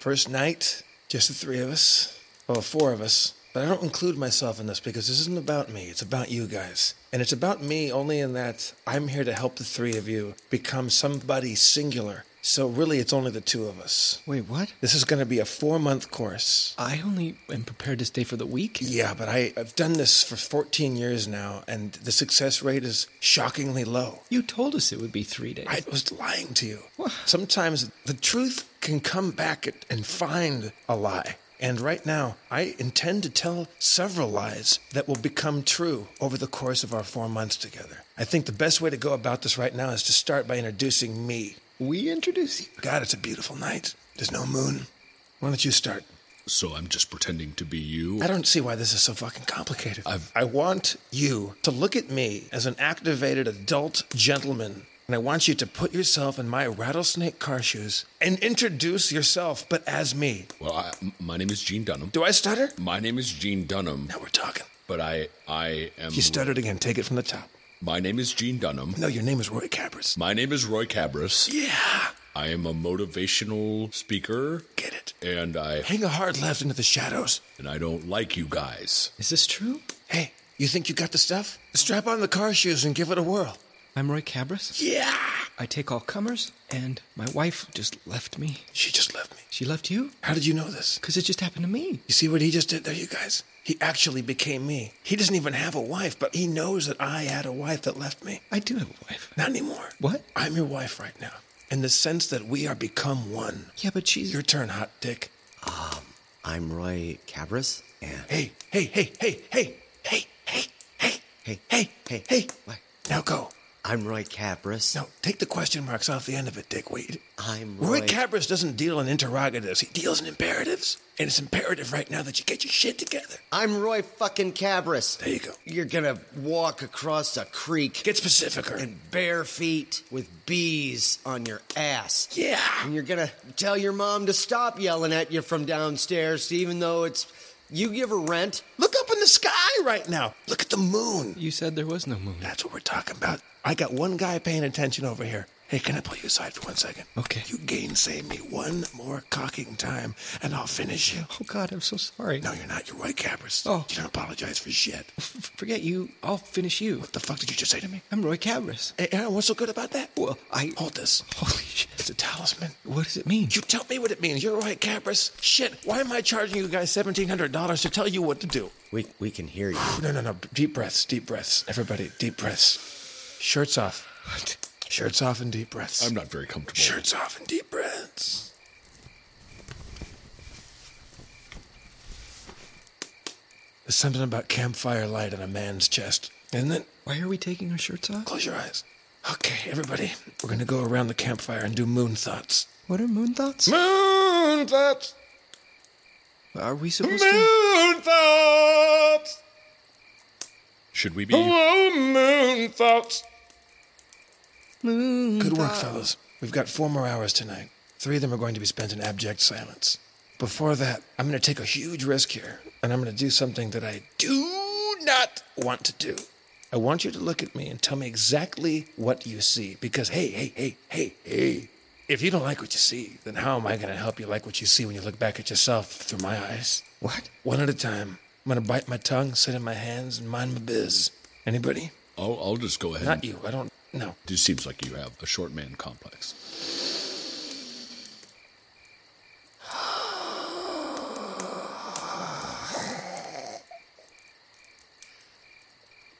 First night. Just the three of us. Well, four of us.
But I don't include myself in this because this isn't about me. It's about you guys. And it's about me only in that I'm here to help the three of you become somebody singular. So really, it's only the two of us.
Wait, what?
This is going to be a four month course.
I only am prepared to stay for the week.
Yeah, but I, I've done this for 14 years now, and the success rate is shockingly low.
You told us it would be three days.
I was lying to you. Sometimes the truth can come back at- and find a lie. And right now, I intend to tell several lies that will become true over the course of our four months together. I think the best way to go about this right now is to start by introducing me. We introduce you. God, it's a beautiful night. There's no moon. Why don't you start?
So I'm just pretending to be you.
I don't see why this is so fucking complicated. I've... I want you to look at me as an activated adult gentleman, and I want you to put yourself in my rattlesnake car shoes and introduce yourself, but as me.
Well, I, m- my name is Gene Dunham.
Do I stutter?
My name is Gene Dunham. Now
we're talking.
But I, I am.
You stuttered again. Take it from the top.
My name is Gene Dunham.
No, your name is Roy Cabras.
My name is Roy Cabras.
Yeah.
I am a motivational speaker.
Get it.
And I
Hang a hard left into the shadows.
and I don't like you guys.
Is this true?
Hey, you think you got the stuff? Strap on the car shoes and give it a whirl.
I'm Roy Cabras.
Yeah.
I take all comers, and my wife just left me.
She just left me.
She left you?
How did you know this?
Because it just happened to me.
You see what he just did there, you guys? He actually became me. He doesn't even have a wife, but he knows that I had a wife that left me.
I do have a wife.
Not anymore.
What?
I'm your wife right now. In the sense that we are become one.
Yeah, but she's.
Your turn, hot dick.
I'm Roy Cabras, and
Hey, hey, hey, hey, hey, hey, hey, hey, hey, hey, hey, hey. Now go.
I'm Roy Cabras.
No, take the question marks off the end of it, Dick. Wait.
I'm
Roy
Roy.
Cabras doesn't deal in interrogatives. He deals in imperatives. And it's imperative right now that you get your shit together.
I'm Roy fucking Cabras.
There you go.
You're gonna walk across a creek.
Get specificer.
And bare feet with bees on your ass.
Yeah.
And you're gonna tell your mom to stop yelling at you from downstairs, even though it's you give her rent.
Look up in the sky right now. Look at the moon.
You said there was no moon.
That's what we're talking about. I got one guy paying attention over here. Hey, can I pull you aside for one second?
Okay.
You gainsay me one more cocking time, and I'll finish you.
Oh, God, I'm so sorry.
No, you're not. You're Roy Cabras.
Oh.
You don't apologize for shit.
Forget you. I'll finish you.
What the fuck did you just say to me?
I'm Roy Cabras.
Hey, Aaron, what's so good about that?
Well, I.
Hold this.
Holy shit.
It's a talisman.
What does it mean?
You tell me what it means. You're Roy Cabras. Shit, why am I charging you guys $1,700 to tell you what to do?
We we can hear you.
No, no, no. Deep breaths, deep breaths. Everybody, deep breaths. Shirts off.
What?
Shirts off and deep breaths.
I'm not very comfortable.
Shirts off and deep breaths. There's something about campfire light on a man's chest, isn't it?
Why are we taking our shirts off?
Close your eyes. Okay, everybody, we're gonna go around the campfire and do moon thoughts.
What are moon thoughts?
Moon thoughts.
Are we supposed to?
Moon thoughts.
Should we be?
Hello, moon thoughts.
Moon
Good work, fellas. We've got four more hours tonight. Three of them are going to be spent in abject silence. Before that, I'm going to take a huge risk here, and I'm going to do something that I do not want to do. I want you to look at me and tell me exactly what you see, because hey, hey, hey, hey, hey. If you don't like what you see, then how am I going to help you like what you see when you look back at yourself through my eyes?
What?
One at a time. I'm going to bite my tongue, sit in my hands, and mind my biz. Anybody?
I'll, I'll just go ahead.
Not
and-
you. I don't. No.
It seems like you have a short man complex.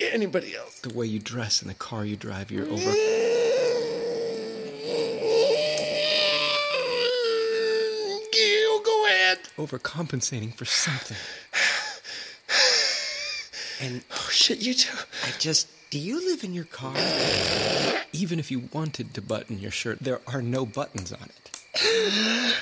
Anybody else?
The way you dress and the car you drive, you're over.
You go ahead.
Overcompensating for something.
And
Oh shit, you too.
I just do you live in your car?
Even if you wanted to button your shirt, there are no buttons on it.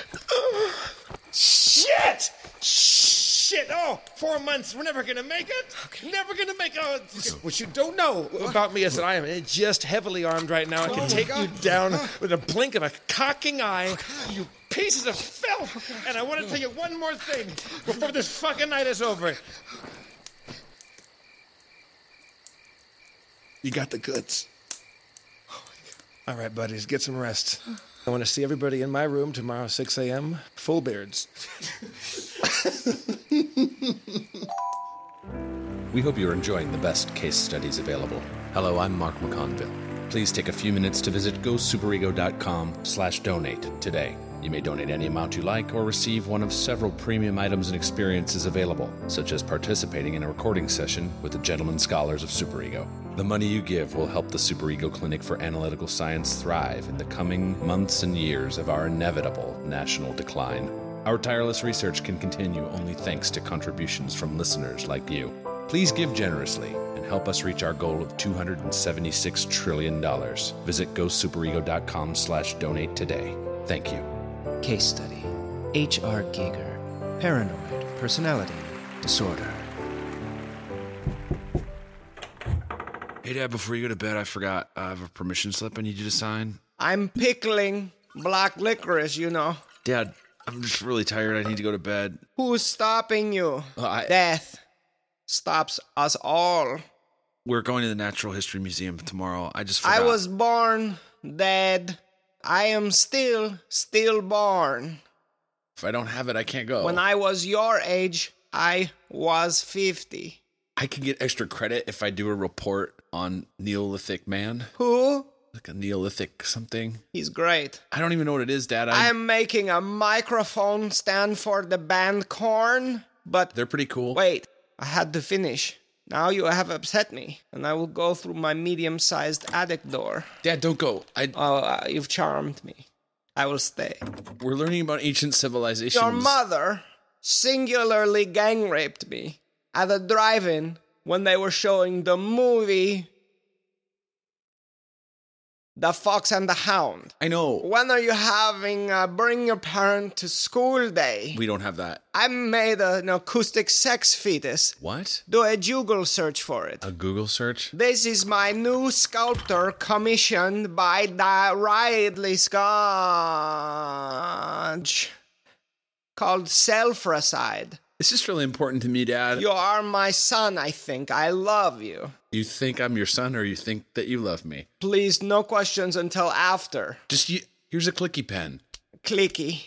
Shit! Shit! Oh, four months. We're never gonna make it. Never gonna make it. What you don't know about me is that I am just heavily armed right now. I can take you down with a blink of a cocking eye. You pieces of filth! And I want to tell you one more thing before this fucking night is over. You got the goods. All right, buddies, get some rest. I want to see everybody in my room tomorrow, 6 a.m. Full beards.
We hope you're enjoying the best case studies available. Hello, I'm Mark McConville. Please take a few minutes to visit gosuperego.com slash donate today. You may donate any amount you like or receive one of several premium items and experiences available, such as participating in a recording session with the Gentlemen Scholars of Superego. The money you give will help the Superego Clinic for Analytical Science thrive in the coming months and years of our inevitable national decline. Our tireless research can continue only thanks to contributions from listeners like you. Please give generously and help us reach our goal of $276 trillion. Visit gosuperego.com slash donate today. Thank you.
Case study H.R. Giger, paranoid personality disorder.
Hey, Dad, before you go to bed, I forgot I have a permission slip I need you to sign.
I'm pickling black licorice, you know.
Dad, I'm just really tired. I need to go to bed.
Who's stopping you?
Uh, I-
Death stops us all.
We're going to the Natural History Museum tomorrow. I just forgot.
I was born dead. I am still, still born.
If I don't have it, I can't go.
When I was your age, I was 50.
I can get extra credit if I do a report on Neolithic man,
Who?
like a Neolithic something.
He's great.
I don't even know what it is, Dad.
I
I'm,
am making a microphone stand for the band Korn, but.
They're pretty cool.
Wait, I had to finish. Now you have upset me, and I will go through my medium sized attic door.
Dad, don't go. I.
Oh, uh, you've charmed me. I will stay.
We're learning about ancient civilizations.
Your mother singularly gang raped me at a drive in when they were showing the movie The Fox and the Hound.
I know.
When are you having a Bring Your Parent to School Day?
We don't have that.
I made an acoustic sex fetus.
What?
Do a Google search for it.
A Google search?
This is my new sculptor commissioned by the Ridley Scotch called Selfracide.
This is really important to me, Dad.
You are my son, I think. I love you.
You think I'm your son, or you think that you love me?
Please, no questions until after.
Just you, here's a clicky pen.
Clicky.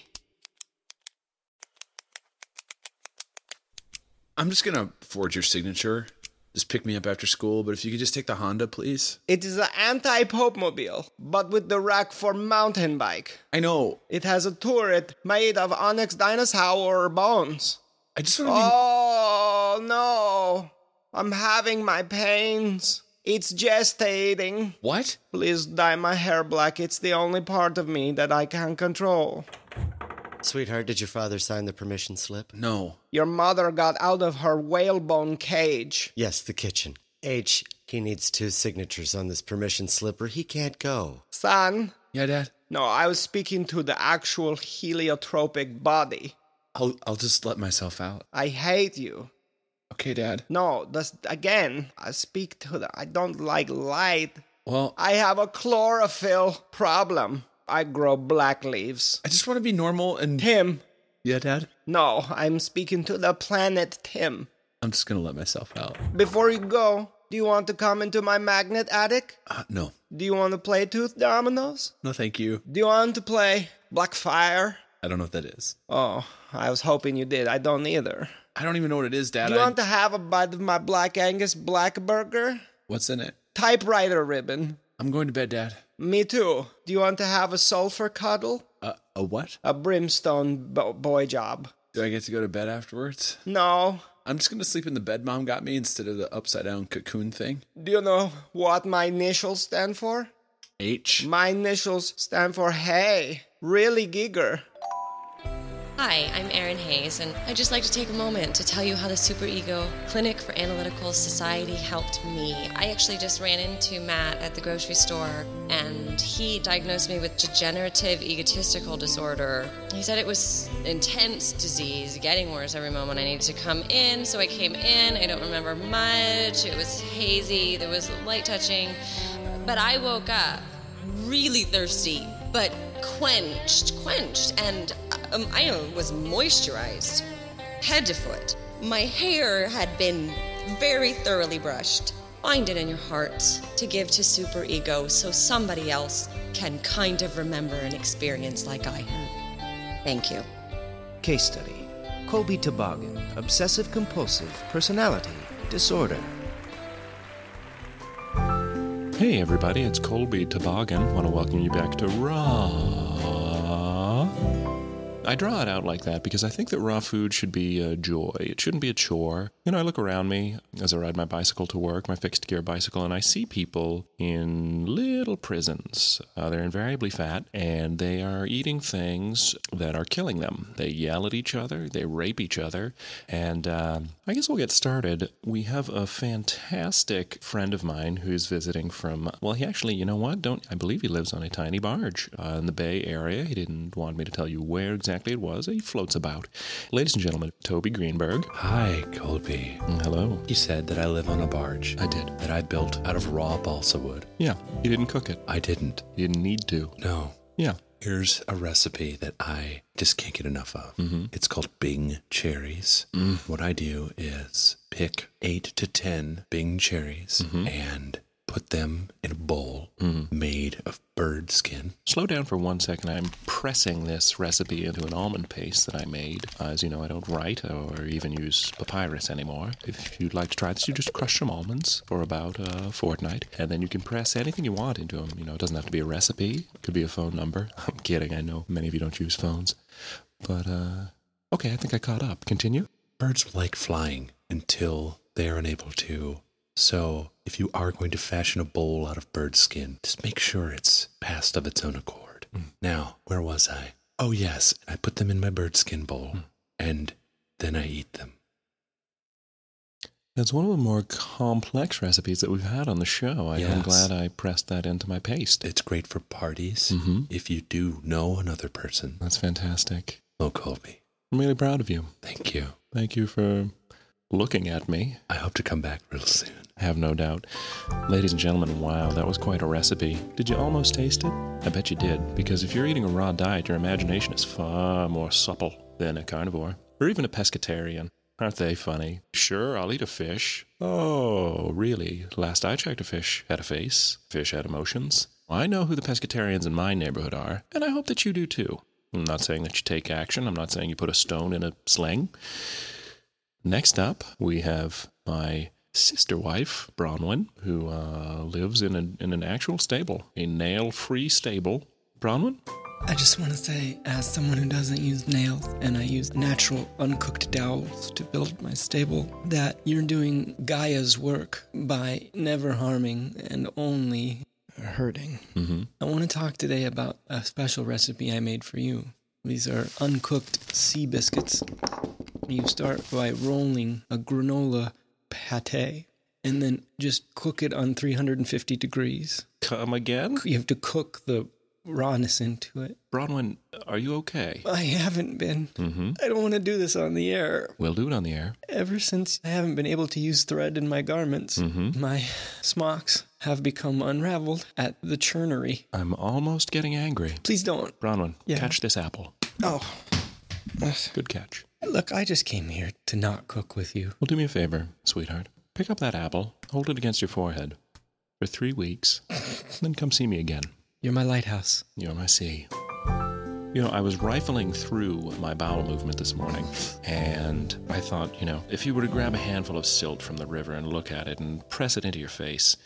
I'm just gonna forge your signature. Just pick me up after school, but if you could just take the Honda, please.
It is an anti Pope mobile, but with the rack for mountain bike.
I know.
It has a turret made of onyx dinosaur bones.
I just want
to. Oh no! I'm having my pains. It's gestating.
What?
Please dye my hair black. It's the only part of me that I can control.
Sweetheart, did your father sign the permission slip?
No.
Your mother got out of her whalebone cage.
Yes, the kitchen. H, he needs two signatures on this permission slip or he can't go.
Son.
Yeah, Dad.
No, I was speaking to the actual heliotropic body.
I'll I'll just let myself out.
I hate you.
Okay, Dad.
No, that's again. I speak to the. I don't like light.
Well,
I have a chlorophyll problem. I grow black leaves.
I just want to be normal and
Tim.
Yeah, Dad.
No, I'm speaking to the planet Tim.
I'm just gonna let myself out.
Before you go, do you want to come into my magnet attic?
Uh, no,
Do you want to play Tooth Dominoes?
no, thank you.
Do you want to play Blackfire?
I don't know what that is.
Oh, I was hoping you did. I don't either.
I don't even know what it is, Dad.
Do you
I-
want to have a bite of my Black Angus Black Burger?
What's in it?
Typewriter ribbon.
I'm going to bed, Dad.
Me too. Do you want to have a sulfur cuddle?
Uh, a what?
A brimstone bo- boy job.
Do I get to go to bed afterwards?
No.
I'm just gonna sleep in the bed Mom got me instead of the upside down cocoon thing.
Do you know what my initials stand for?
H.
My initials stand for Hey, really Giger.
Hi, I'm Erin Hayes, and I'd just like to take a moment to tell you how the Superego Clinic for Analytical Society helped me. I actually just ran into Matt at the grocery store, and he diagnosed me with degenerative egotistical disorder. He said it was intense disease, getting worse every moment. I needed to come in, so I came in. I don't remember much. It was hazy, there was light touching, but I woke up really thirsty, but quenched, quenched, and um, I was moisturized head to foot. My hair had been very thoroughly brushed. Find it in your heart to give to Super Ego so somebody else can kind of remember an experience like I had. Thank you.
Case study Colby Toboggan, obsessive compulsive personality
disorder.
Hey everybody, it's Colby Toboggan. Want to welcome you back to Raw. I draw it out like that because I think that raw food should be a joy. It shouldn't be a chore. You know, I look around me as I ride my bicycle to work, my fixed gear bicycle, and I see people in little prisons. Uh, they're invariably fat and they are eating things that are killing them. They yell at each other, they rape each other, and um, I guess we'll get started. We have a fantastic friend of mine who's visiting from, well, he actually, you know what? Don't, I believe he lives on a tiny barge uh, in the Bay Area. He didn't want me to tell you where exactly it was. He floats about. Ladies and gentlemen, Toby Greenberg. Mm,
Hi, Colby.
Hello.
You said that I live on a barge.
I did.
That I built out of raw balsa wood.
Yeah, you didn't cook it.
I didn't.
You didn't need to.
No.
Yeah.
Here's a recipe that I just can't get enough of.
Mhm.
It's called Bing cherries.
Mm.
What I do is pick eight to 10 Bing cherries
Mm-hmm.
and put them in a bowl made of bird skin.
Slow down for one second. I'm pressing this recipe into an almond paste that I made. Uh, As you know, I don't write or even use papyrus anymore. If you'd like to try this, you just crush some almonds for about a fortnight, and then you can press anything you want into them. You know, it doesn't have to be a recipe. It could be a phone number. I'm kidding. I know many of you don't use phones, but uh, okay. I think I caught up. Continue.
Birds like flying until they are unable to. So, if you are going to fashion a bowl out of bird skin, just make sure it's passed of its own accord.
Hmm.
Now, where was I? Oh, yes, I put them in my bird skin bowl
Hmm.
and then I eat them.
That's one of the more complex recipes that we've had on the show. I, I'm
Yes.
glad I pressed that into my paste.
It's great for parties
Mhm.
if you do know another person.
That's fantastic.
Oh, Colby,
I'm really proud of you.
thank you.
Thank you for looking at me.
I hope to come back real soon.
I have no doubt. Ladies and gentlemen, wow, that was quite a recipe. Did you almost taste it? I bet you did, because if you're eating a raw diet, your imagination is far more supple than a carnivore, or even a pescatarian. Aren't they funny? Sure, I'll eat a fish. Oh, really? Last I checked, a fish had a face, fish had emotions. I know who the pescatarians in my neighborhood are, and I hope that you do too. I'm not saying that you take action, I'm not saying you put a stone in a sling. Next up, we have my sister wife, Bronwyn, who uh, lives in, an in an actual stable, a nail free stable. Bronwyn?
I just want to say, as someone who doesn't use nails and I use natural uncooked dowels to build my stable, that you're doing Gaia's work by never harming and only hurting.
Mm-hmm.
I want to talk today about a special recipe I made for you. These are uncooked sea biscuits. You start by rolling a granola pate and then just cook it on 350 degrees.
Come again?
You have to cook the rawness into it.
Bronwyn, are you okay?
I haven't been.
Mm-hmm.
I don't want to do this on the air.
We'll do it on the air.
Ever since I haven't been able to use thread in my garments,
Mhm.
my smocks have become unraveled at the churnery.
I'm almost getting angry.
Please don't.
Bronwyn,
Yeah.
catch this apple.
Oh.
Good catch.
Look, I just came here to not cook with you.
Well, do me a favor, sweetheart. Pick up that apple, hold it against your forehead for three weeks, then come see me again.
You're my lighthouse.
You're my sea. You know, I was rifling through my bowel movement this morning, and I thought, you know, if you were to grab a handful of silt from the river and look at it and press it into your face,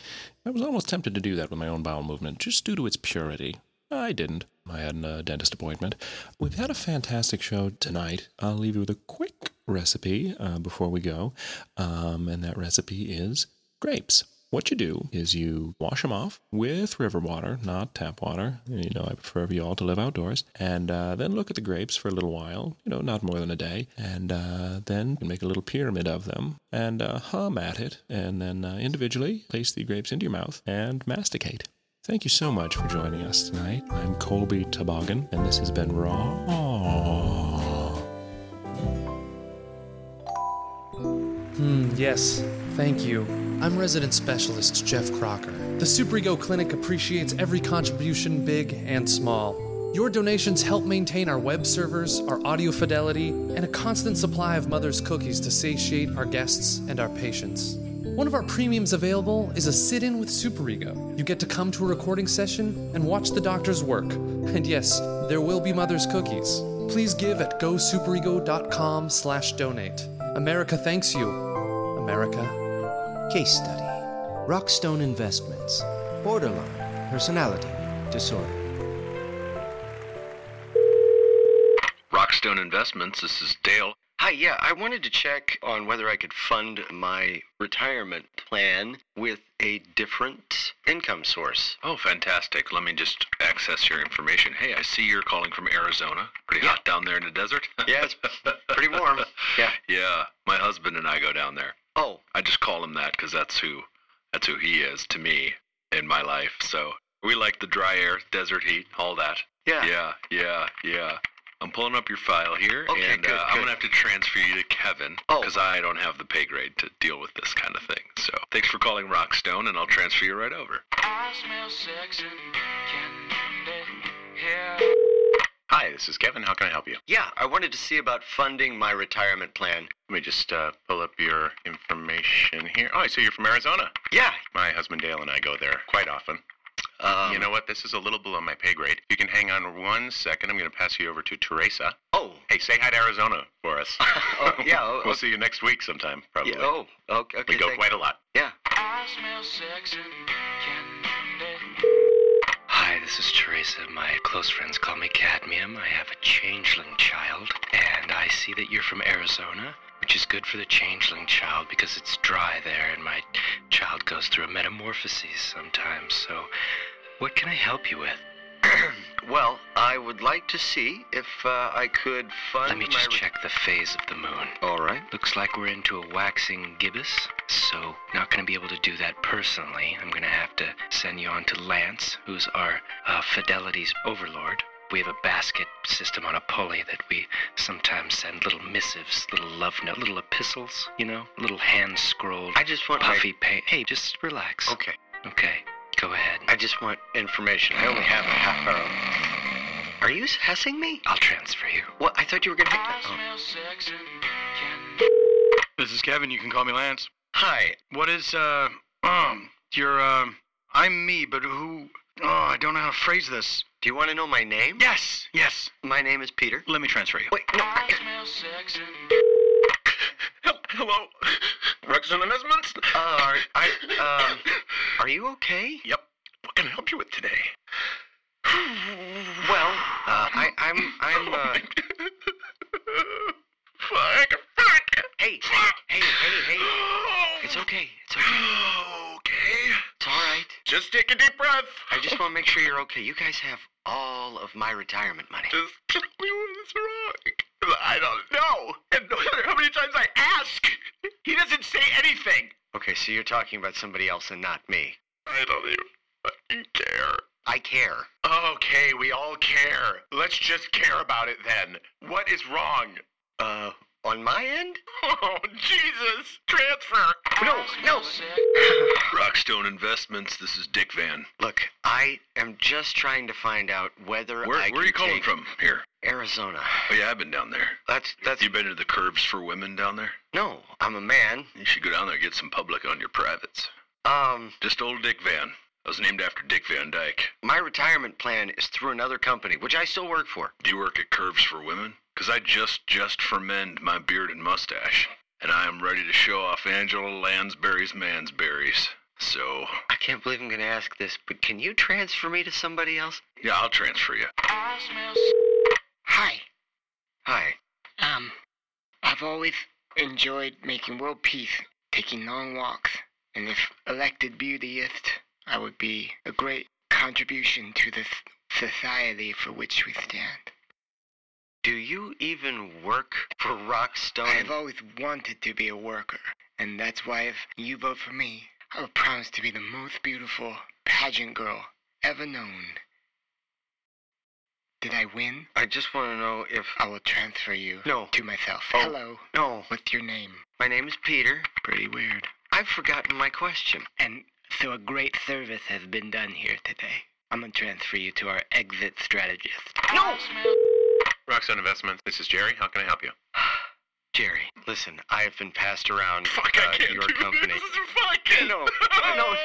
I was almost tempted to do that with my own bowel movement, just due to its purity. I didn't. I had a dentist appointment. We've had a fantastic show tonight. I'll leave you with a quick recipe uh, before we go, um, and that recipe is grapes. What you do is you wash them off with river water, not tap water. You know, I prefer for you all to live outdoors. And uh, then look at the grapes for a little while, you know, not more than a day. And uh, then make a little pyramid of them and uh, hum at it. And then uh, individually place the grapes into your mouth and masticate. Thank you so much for joining us tonight. I'm Colby Toboggan, and this has been Raw.
Hmm, yes. Thank you. I'm resident specialist Jeff Crocker. The Super Ego Clinic appreciates every contribution, big and small. Your donations help maintain our web servers, our audio fidelity, and a constant supply of Mother's cookies to satiate our guests and our patients. One of our premiums available is a sit in with Superego. You get to come to a recording session and watch the doctor's work. And yes, there will be Mother's cookies. Please give at gosuperego.com slash donate. America thanks you. America
Case study Rockstone Investments, borderline personality disorder.
Rockstone Investments, this is Dale. Hi, yeah, I wanted to check on whether I could fund my retirement plan with a different income source. Oh, fantastic. Let me just access your information. Hey, I see you're calling from Arizona. Pretty hot down there in the desert. Yeah, it's pretty warm. Yeah. yeah, my husband and I go down there. Oh, I just call him that 'cause that's who that's who he is to me in my life. So we like the dry air, desert heat, all that. Yeah. Yeah, yeah, yeah. I'm pulling up your file here, Okay, and good, uh, I'm good. gonna have to transfer you to Kevin because I don't have the pay grade to deal with this kind of thing. So thanks for calling Rockstone, and I'll transfer you right over. Hi, this is Kevin. How can I help you? Yeah, I wanted to see about funding my retirement plan. Let me just uh, pull up your information here. Oh, I see you're from Arizona. Yeah.
My husband Dale and I go there quite often.
Um,
you know what? This is a little below my pay grade. You can hang on one second. I'm going to pass you over to Teresa.
Oh.
Hey, say hi to Arizona for us.
oh, yeah, oh,
we'll
okay.
see you next week sometime, probably.
Yeah, oh, okay.
we go
thank-
quite a lot.
Yeah. Hi, this is Teresa. My close friends call me Cadmium. I have a changeling child, and I see that you're from Arizona, which is good for the changeling child because it's dry there, and my child goes through a metamorphosis sometimes. So, what can I help you with? Well, I would like to see if uh, I could fund. Let me my just re-
check
the phase of the moon. All right. Looks like we're into a waxing gibbous, so not going to be able to do that personally. I'm going to have to send you on to Lance, who's our uh, fidelity's overlord. We have a basket system on a pulley that we sometimes send little missives, little love note, little epistles, you know, little hand scrolled. I just want my-
puffy
paint. Hey, just relax. Okay. Okay. Go ahead. I just want information. I only have a half hour. Are you sassing me? I'll transfer you. Well, I thought you were gonna.
Oh, This is Kevin. You can call me Lance. Hi. What is uh um your um I'm me, but who? Oh, I don't know how to phrase this.
Do you want to know my name?
Yes. Yes.
My name is Peter.
Let me transfer you.
Wait, no. I-
Hello. Rexon Investments. Uh, are, I, um, are you okay? Yep. What can I help you with today?
Well, uh, I, I'm, I'm. Uh... Hey, hey, hey, hey! It's okay. It's okay. Okay. It's all right. Just take a deep breath. I just want to make sure you're okay. You guys have all of my retirement money. Just tell me what is wrong. I don't know. And no matter how many times I ask, he doesn't say anything. Okay, so you're talking about somebody else and not me. I don't even fucking care. I care.
Okay, we all care. Let's just care about it then. What is wrong?
Uh, on my end?
Oh, Jesus! Transfer!
No, no! Rockstone Investments, this is Dick Van. Look, I am just trying to find out whether Where- I where are you can calling take- from? Um, Here. Arizona. Oh yeah, I've been down there. That's that's. You been to the curves for women down there? No, I'm a man. You should go down there and get some public on your privates. Um, Just old Dick Van. I was named after Dick Van Dyke. my retirement plan is through another company, which I still work for. Do you work at Curves for Women? 'Cause I just just fermented my beard and mustache, and I am ready to show off Angela Lansbury's mansberries. So I can't believe I'm gonna ask this, but can you transfer me to somebody else? yeah, I'll transfer you.
Hi.
Hi.
Um, I've always enjoyed making world peace, taking long walks, and if elected beautyist, I would be a great contribution to this society for which we stand.
Do you even work for Rockstone?
I've always wanted to be a worker, and that's why if you vote for me, I will promise to be the most beautiful pageant girl ever known. Did I win?
I just want to know if
I will transfer you
No.
to myself.
Oh,
Hello.
No.
What's your name?
My name is Peter.
Pretty weird.
I've forgotten my question.
And so a great service has been done here today. I'm gonna transfer you to our exit strategist.
No!
Rockstone Investments. This is Jerry. How can I help you?
Jerry, listen, I have been passed around Fuck,
I
uh,
can't
your
do this.
company.
This
No, no,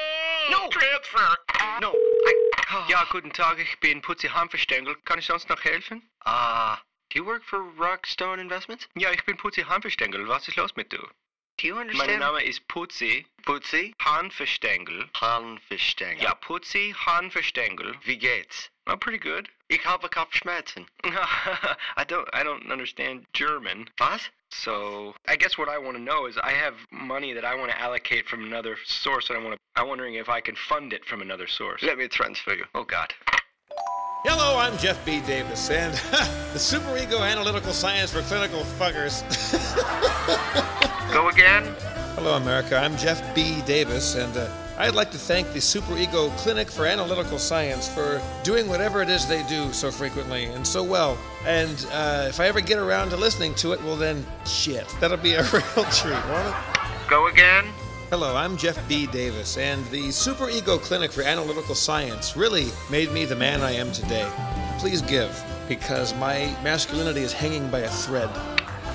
no.
Transfer!
No, I. Ja, guten Tag, ich bin Putzi Hanfestengel. Kann ich sonst noch helfen? Ah, do you work for Rockstone Investments? Ja, ich bin Putzi Hanfestengel. Was ist los mit du?
Do you understand? Mein Name ist Putzi. Putzi? Hahnverstängel. Hahnverstängel. Ja, Putzi, Hahnverstängel. Wie geht's? Oh, pretty good. Ich habe Kopfschmerzen. I don't, I don't understand German. Was? So, I guess what I want to know is I have money that I want to allocate from another source, and I want to, I'm wondering if I can fund it from another source. Let me transfer you. Oh, God.
Hello, I'm Jeff B. Davis, and the Super Ego Analytical Science for Clinical Fuckers.
Go again.
Hello, America. I'm Jeff B. Davis, and uh, I'd like to thank the Super Ego Clinic for Analytical Science for doing whatever it is they do so frequently and so well. And uh, if I ever get around to listening to it, well, then shit. That'll be a real treat, won't it?
Go again.
Hello, I'm Jeff B. Davis, and the Super Ego Clinic for Analytical Science really made me the man I am today. Please give, because my masculinity is hanging by a thread.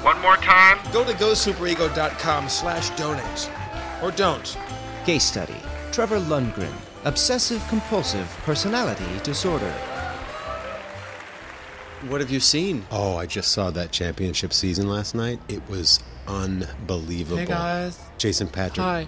One more time.
Go to gosuperego.com slash donate, or don't.
Case study Trevor Lundgren, obsessive compulsive personality disorder.
What have you seen?
Oh, I just saw that championship season last night. It was unbelievable.
Hey, guys.
Jason Patrick.
Hi.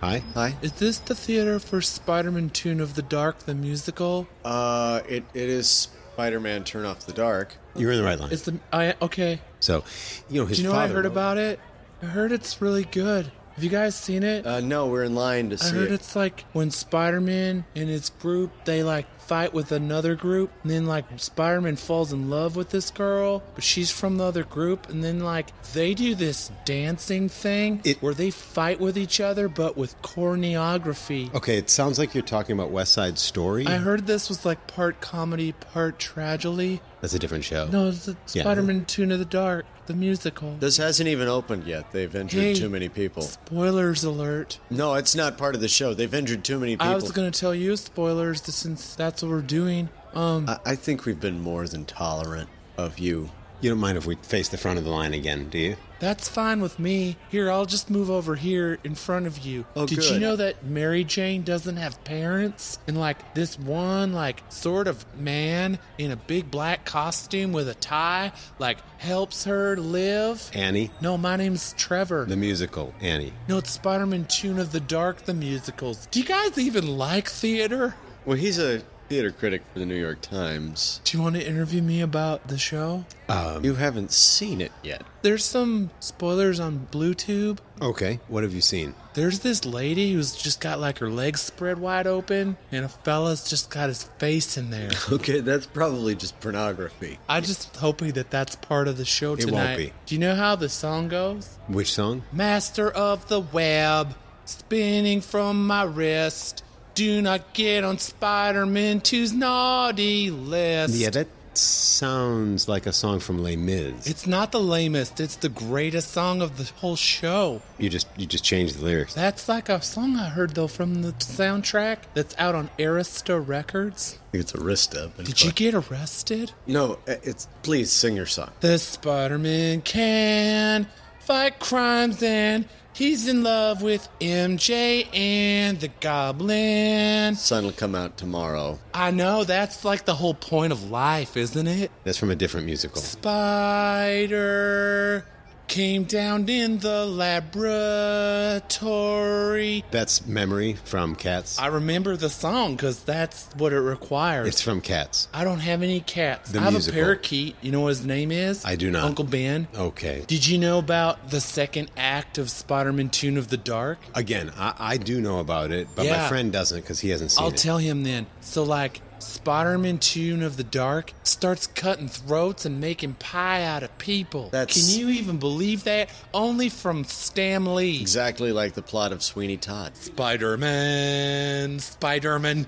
Hi. Hi.
Is this the theater for Spider-Man Tune of the Dark, the musical?
Uh, it, it is Spider-Man Turn Off the Dark. You're in the right line.
It's the I okay.
so, you
Oh,
know, his
Do you know
father
I heard about it? I heard it's really good. Have you guys seen it?
Uh, no, we're in line to
I
see
heard
it.
it's like when Spider-Man and his group they like fight with another group, and then like Spider-Man falls in love with this girl, but she's from the other group, and then like they do this dancing thing where they fight with each other but with choreography.
Okay, it sounds like you're talking about West Side Story.
I heard this was like part comedy, part tragedy.
That's a different
Oh.
show.
No, it's the
Yeah.
Spider-Man Tune of the Dark, the musical.
This hasn't even opened yet. They've injured
Hey.
too many people.
Spoilers alert.
No, it's not part of the show. They've injured too many people.
I was gonna tell you spoilers since that's what we're doing. Um,
I, I think we've been more than tolerant of you.
You don't mind if we face the front of the line again, do you?
That's fine with me. Here, I'll just move over here in front of you.
Oh,
Did you
good.
know that Mary Jane doesn't have parents? And like this one, like sort of man in a big black costume with a tie, like helps her live.
Annie?
No, my name's Trevor.
The musical, Annie.
No, it's Spider-Man Tune of the Dark, the musicals. Do you guys even like theater?
Well, he's a theater critic for the New York Times.
Do you want to interview me about the show? Um.
you haven't seen it yet.
There's some spoilers on BlueTube.
Okay, what have you seen?
There's this lady who's just got like her legs spread wide open, and a fella's just got his face in there.
Okay, that's probably just pornography.
I'm just hoping that that's part of the show
It won't
tonight.
be.
Do you know how the song goes?
Which song?
Master of the web, spinning from my wrist. Do not get on Spider-Man 2's naughty list.
Yeah, that sounds like a song from Les Mis.
It's not the lamest. It's the greatest song of the whole show.
You just you just changed the lyrics.
That's like a song I heard though from the soundtrack that's out on Arista Records.
I think it's Arista. But
Did you get arrested?
No, i- it's please sing your song.
The Spider Man can fight crimes and he's in love with MJ and the Goblin.
Sun will come out tomorrow.
I know, that's like the whole point of life, isn't it?
That's from a different musical.
Spider came down in the laboratory.
That's Memory from Cats.
I remember the song because that's what it requires.
It's from Cats.
I don't have any cats.
The
I have
musical.
a parakeet. You know what his name is?
I do not.
Uncle Ben.
Okay.
Did you know about the second act of Spider Man Tune of the Dark?
Again, I, I do know about it, but my
Yeah.
friend doesn't because he hasn't seen
I'll
it.
tell him then. So, like, Spider Man Tune of the Dark starts cutting throats and making pie out of people.
That's-
Can you even believe that? Only from Stan Lee.
Exactly like the plot of Sweeney Todd.
Spider Man, Spider Man,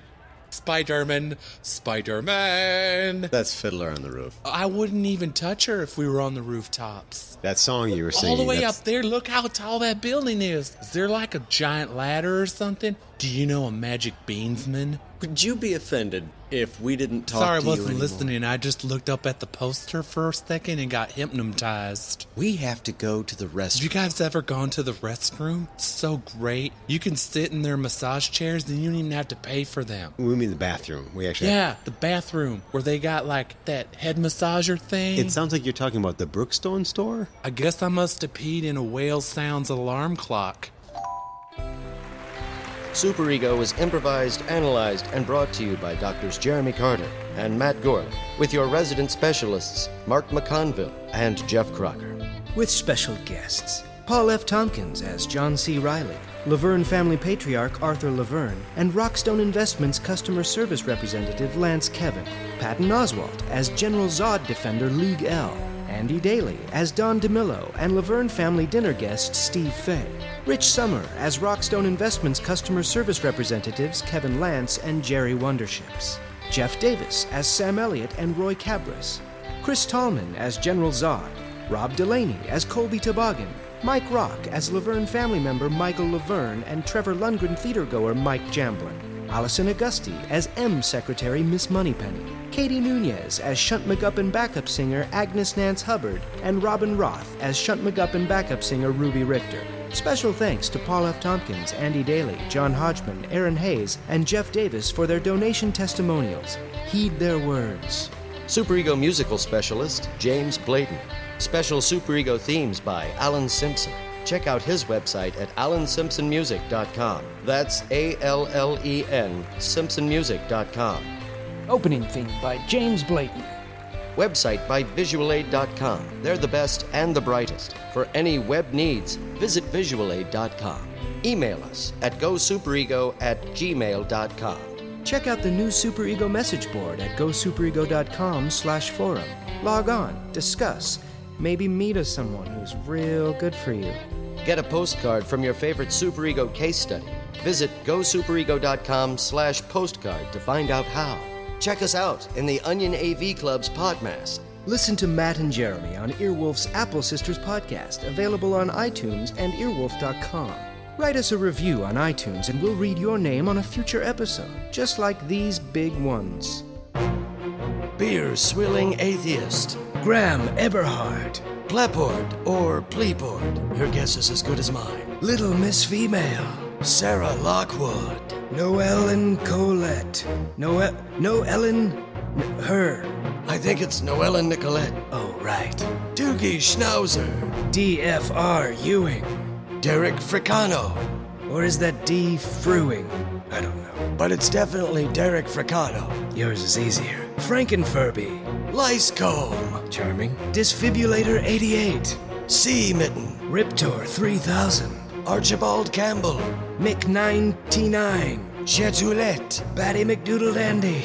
Spider Man, Spider Man.
That's Fiddler on the Roof.
I wouldn't even touch her if we were on the rooftops.
that song you were singing.
All the way
that's-
up there, look how tall that building is. Is there like a giant ladder or something? Do you know a magic beansman?
Could you be offended if we didn't talk
Sorry, I
to you
wasn't
anymore?
listening. I just looked up at the poster for a second and got hypnotized.
We have to go to the restroom.
Have you guys ever gone to the restroom? It's so great. You can sit in their massage chairs and you don't even have to pay for them.
We mean the bathroom. We actually.
Yeah, the bathroom where they got like that head massager thing.
It sounds like you're talking about the Brookstone store.
I guess I must have peed in a whale sounds alarm clock.
Super Ego is improvised, analyzed, and brought to you by Doctors Jeremy Carter and Matt Gorley, with your resident specialists, Mark McConville and Jeff Crocker.
with special guests Paul F. Tompkins as John C. Riley, Laverne family patriarch Arthur Laverne, and Rockstone Investments customer service representative Lance Kevin, Patton Oswalt as General Zod defender League L, Andy Daly as Don DeMillo and Laverne family dinner guest Steve Fay, Rich Summer as Rockstone Investments customer service representatives Kevin Lance and Jerry Wonderships, Jeff Davis as Sam Elliott and Roy Cabras, Chris Tallman as General Zod, Rob Delaney as Colby Toboggan, Mike Rock as Laverne family member Michael Laverne and Trevor Lundgren theatergoer Mike Jamblin, Allison Augusti as M Secretary Miss Moneypenny, Katie Nunez as Shunt McGuppin backup singer Agnes Nance Hubbard, and Robin Roth as Shunt McGuppin backup singer Ruby Richter. Special thanks to Paul F. Tompkins, Andy Daly, John Hodgman, Aaron Hayes, and Jeff Davis for their donation testimonials. Heed their words.
Superego musical specialist James Bladen. Special Superego themes by Alan Simpson. Check out his website at alansimpsonmusic.com. That's A L L E N simpsonmusic.com.
Opening theme by James Blayton.
Website by visualaid.com. They're the best and the brightest. For any web needs, visit visualaid.com. Email us at gosuperego at gmail.com.
Check out the new Super Ego message board at gosuperego.com slash forum. Log on, discuss, maybe meet us someone who's real good for you.
Get a postcard from your favorite Superego case study. Visit gosuperego.com slash postcard to find out how. Check us out in the Onion AV Club's Podmas.
Listen to Matt and Jeremy on Earwolf's Apple Sisters podcast, available on iTunes and earwolf.com. Write us a review on iTunes and we'll read your name on a future episode, just like these big ones.
Beer swilling atheist.
Graham Eberhard.
Plebord or Pleboard. Your guess is as good as mine.
Little Miss Female.
Sarah Lockwood.
Noellen Colette. Noel Noellen n- her.
I think it's Noellen Nicolette.
Oh right.
Doogie Schnauzer.
D.F.R. Ewing.
Derek Fricano.
Or is that D. Fruing? I don't know. But it's definitely Derek Fricano. Yours is easier. Frankenfurby. Lyscomb. Charming. Disfibulator 88. Sea Mitten. Riptor 3000. Archibald Campbell. Mick 99. Chatulette. Batty McDoodle Dandy.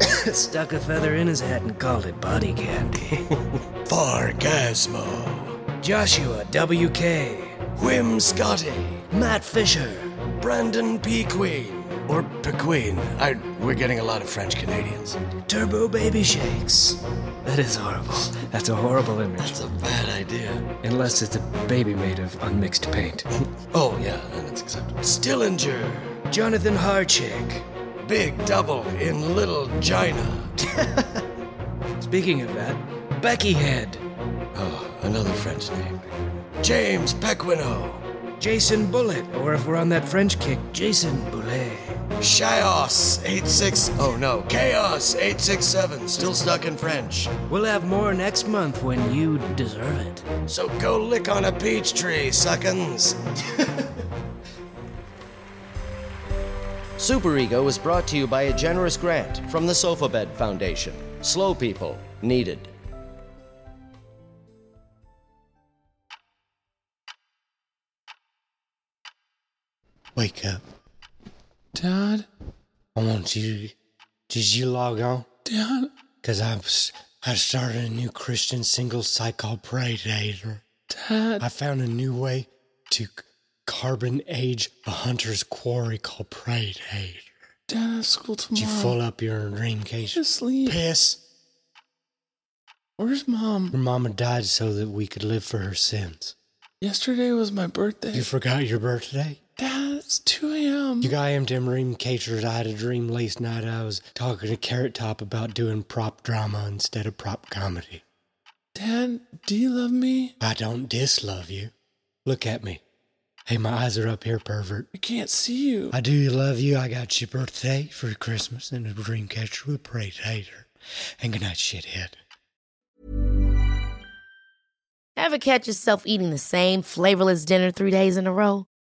Stuck a feather in his hat and called it body candy. Fargasmo. Joshua W.K. Whim Scotty. Matt Fisher.
Brandon Pequeen. Or Pequeen. I, we're getting a lot of French Canadians.
Turbo Baby Shakes. That is horrible. That's a horrible image. That's a bad idea. Unless it's a baby made of unmixed paint. oh, yeah, then it's acceptable. Stillinger. Jonathan Harchick.
Big double in Little Gina.
Speaking of that, Becky Head.
Oh, another French name.
James Pequino. Jason Bullet, or if we're on that French kick, Jason Boulet.
Chaos 86. Oh no, Chaos 867. Still stuck in French.
We'll have more next month when you deserve it.
So go lick on a peach tree, suckins. Superego is brought to you by a generous grant from the Sofa Bed Foundation. Slow people needed.
Wake up. Dad? I want you to. Did you log on? Dad? Because I, was- I started a new Christian single site called Predator. Dad? I found a new way to c- carbon age a hunter's quarry called Predator.
Dad, I have school
Did you fill up your dream case? Sleep. Piss.
Where's mom?
Your mama died so that we could live for her sins.
Yesterday was my birthday.
You forgot your birthday?
Dad, It's 2 a.m.
You got him, Tim Ream Caters. I had a dream last night. I was talking to Carrot Top about doing prop drama instead of prop comedy.
Dad, do you love me?
I don't dislove you. Look at me. Hey, my eyes are up here, pervert.
I can't see you.
I do love you. I got your birthday for Christmas and a dream catcher with parade hater. And good night, shithead.
Ever catch yourself eating the same flavorless dinner three days in a row?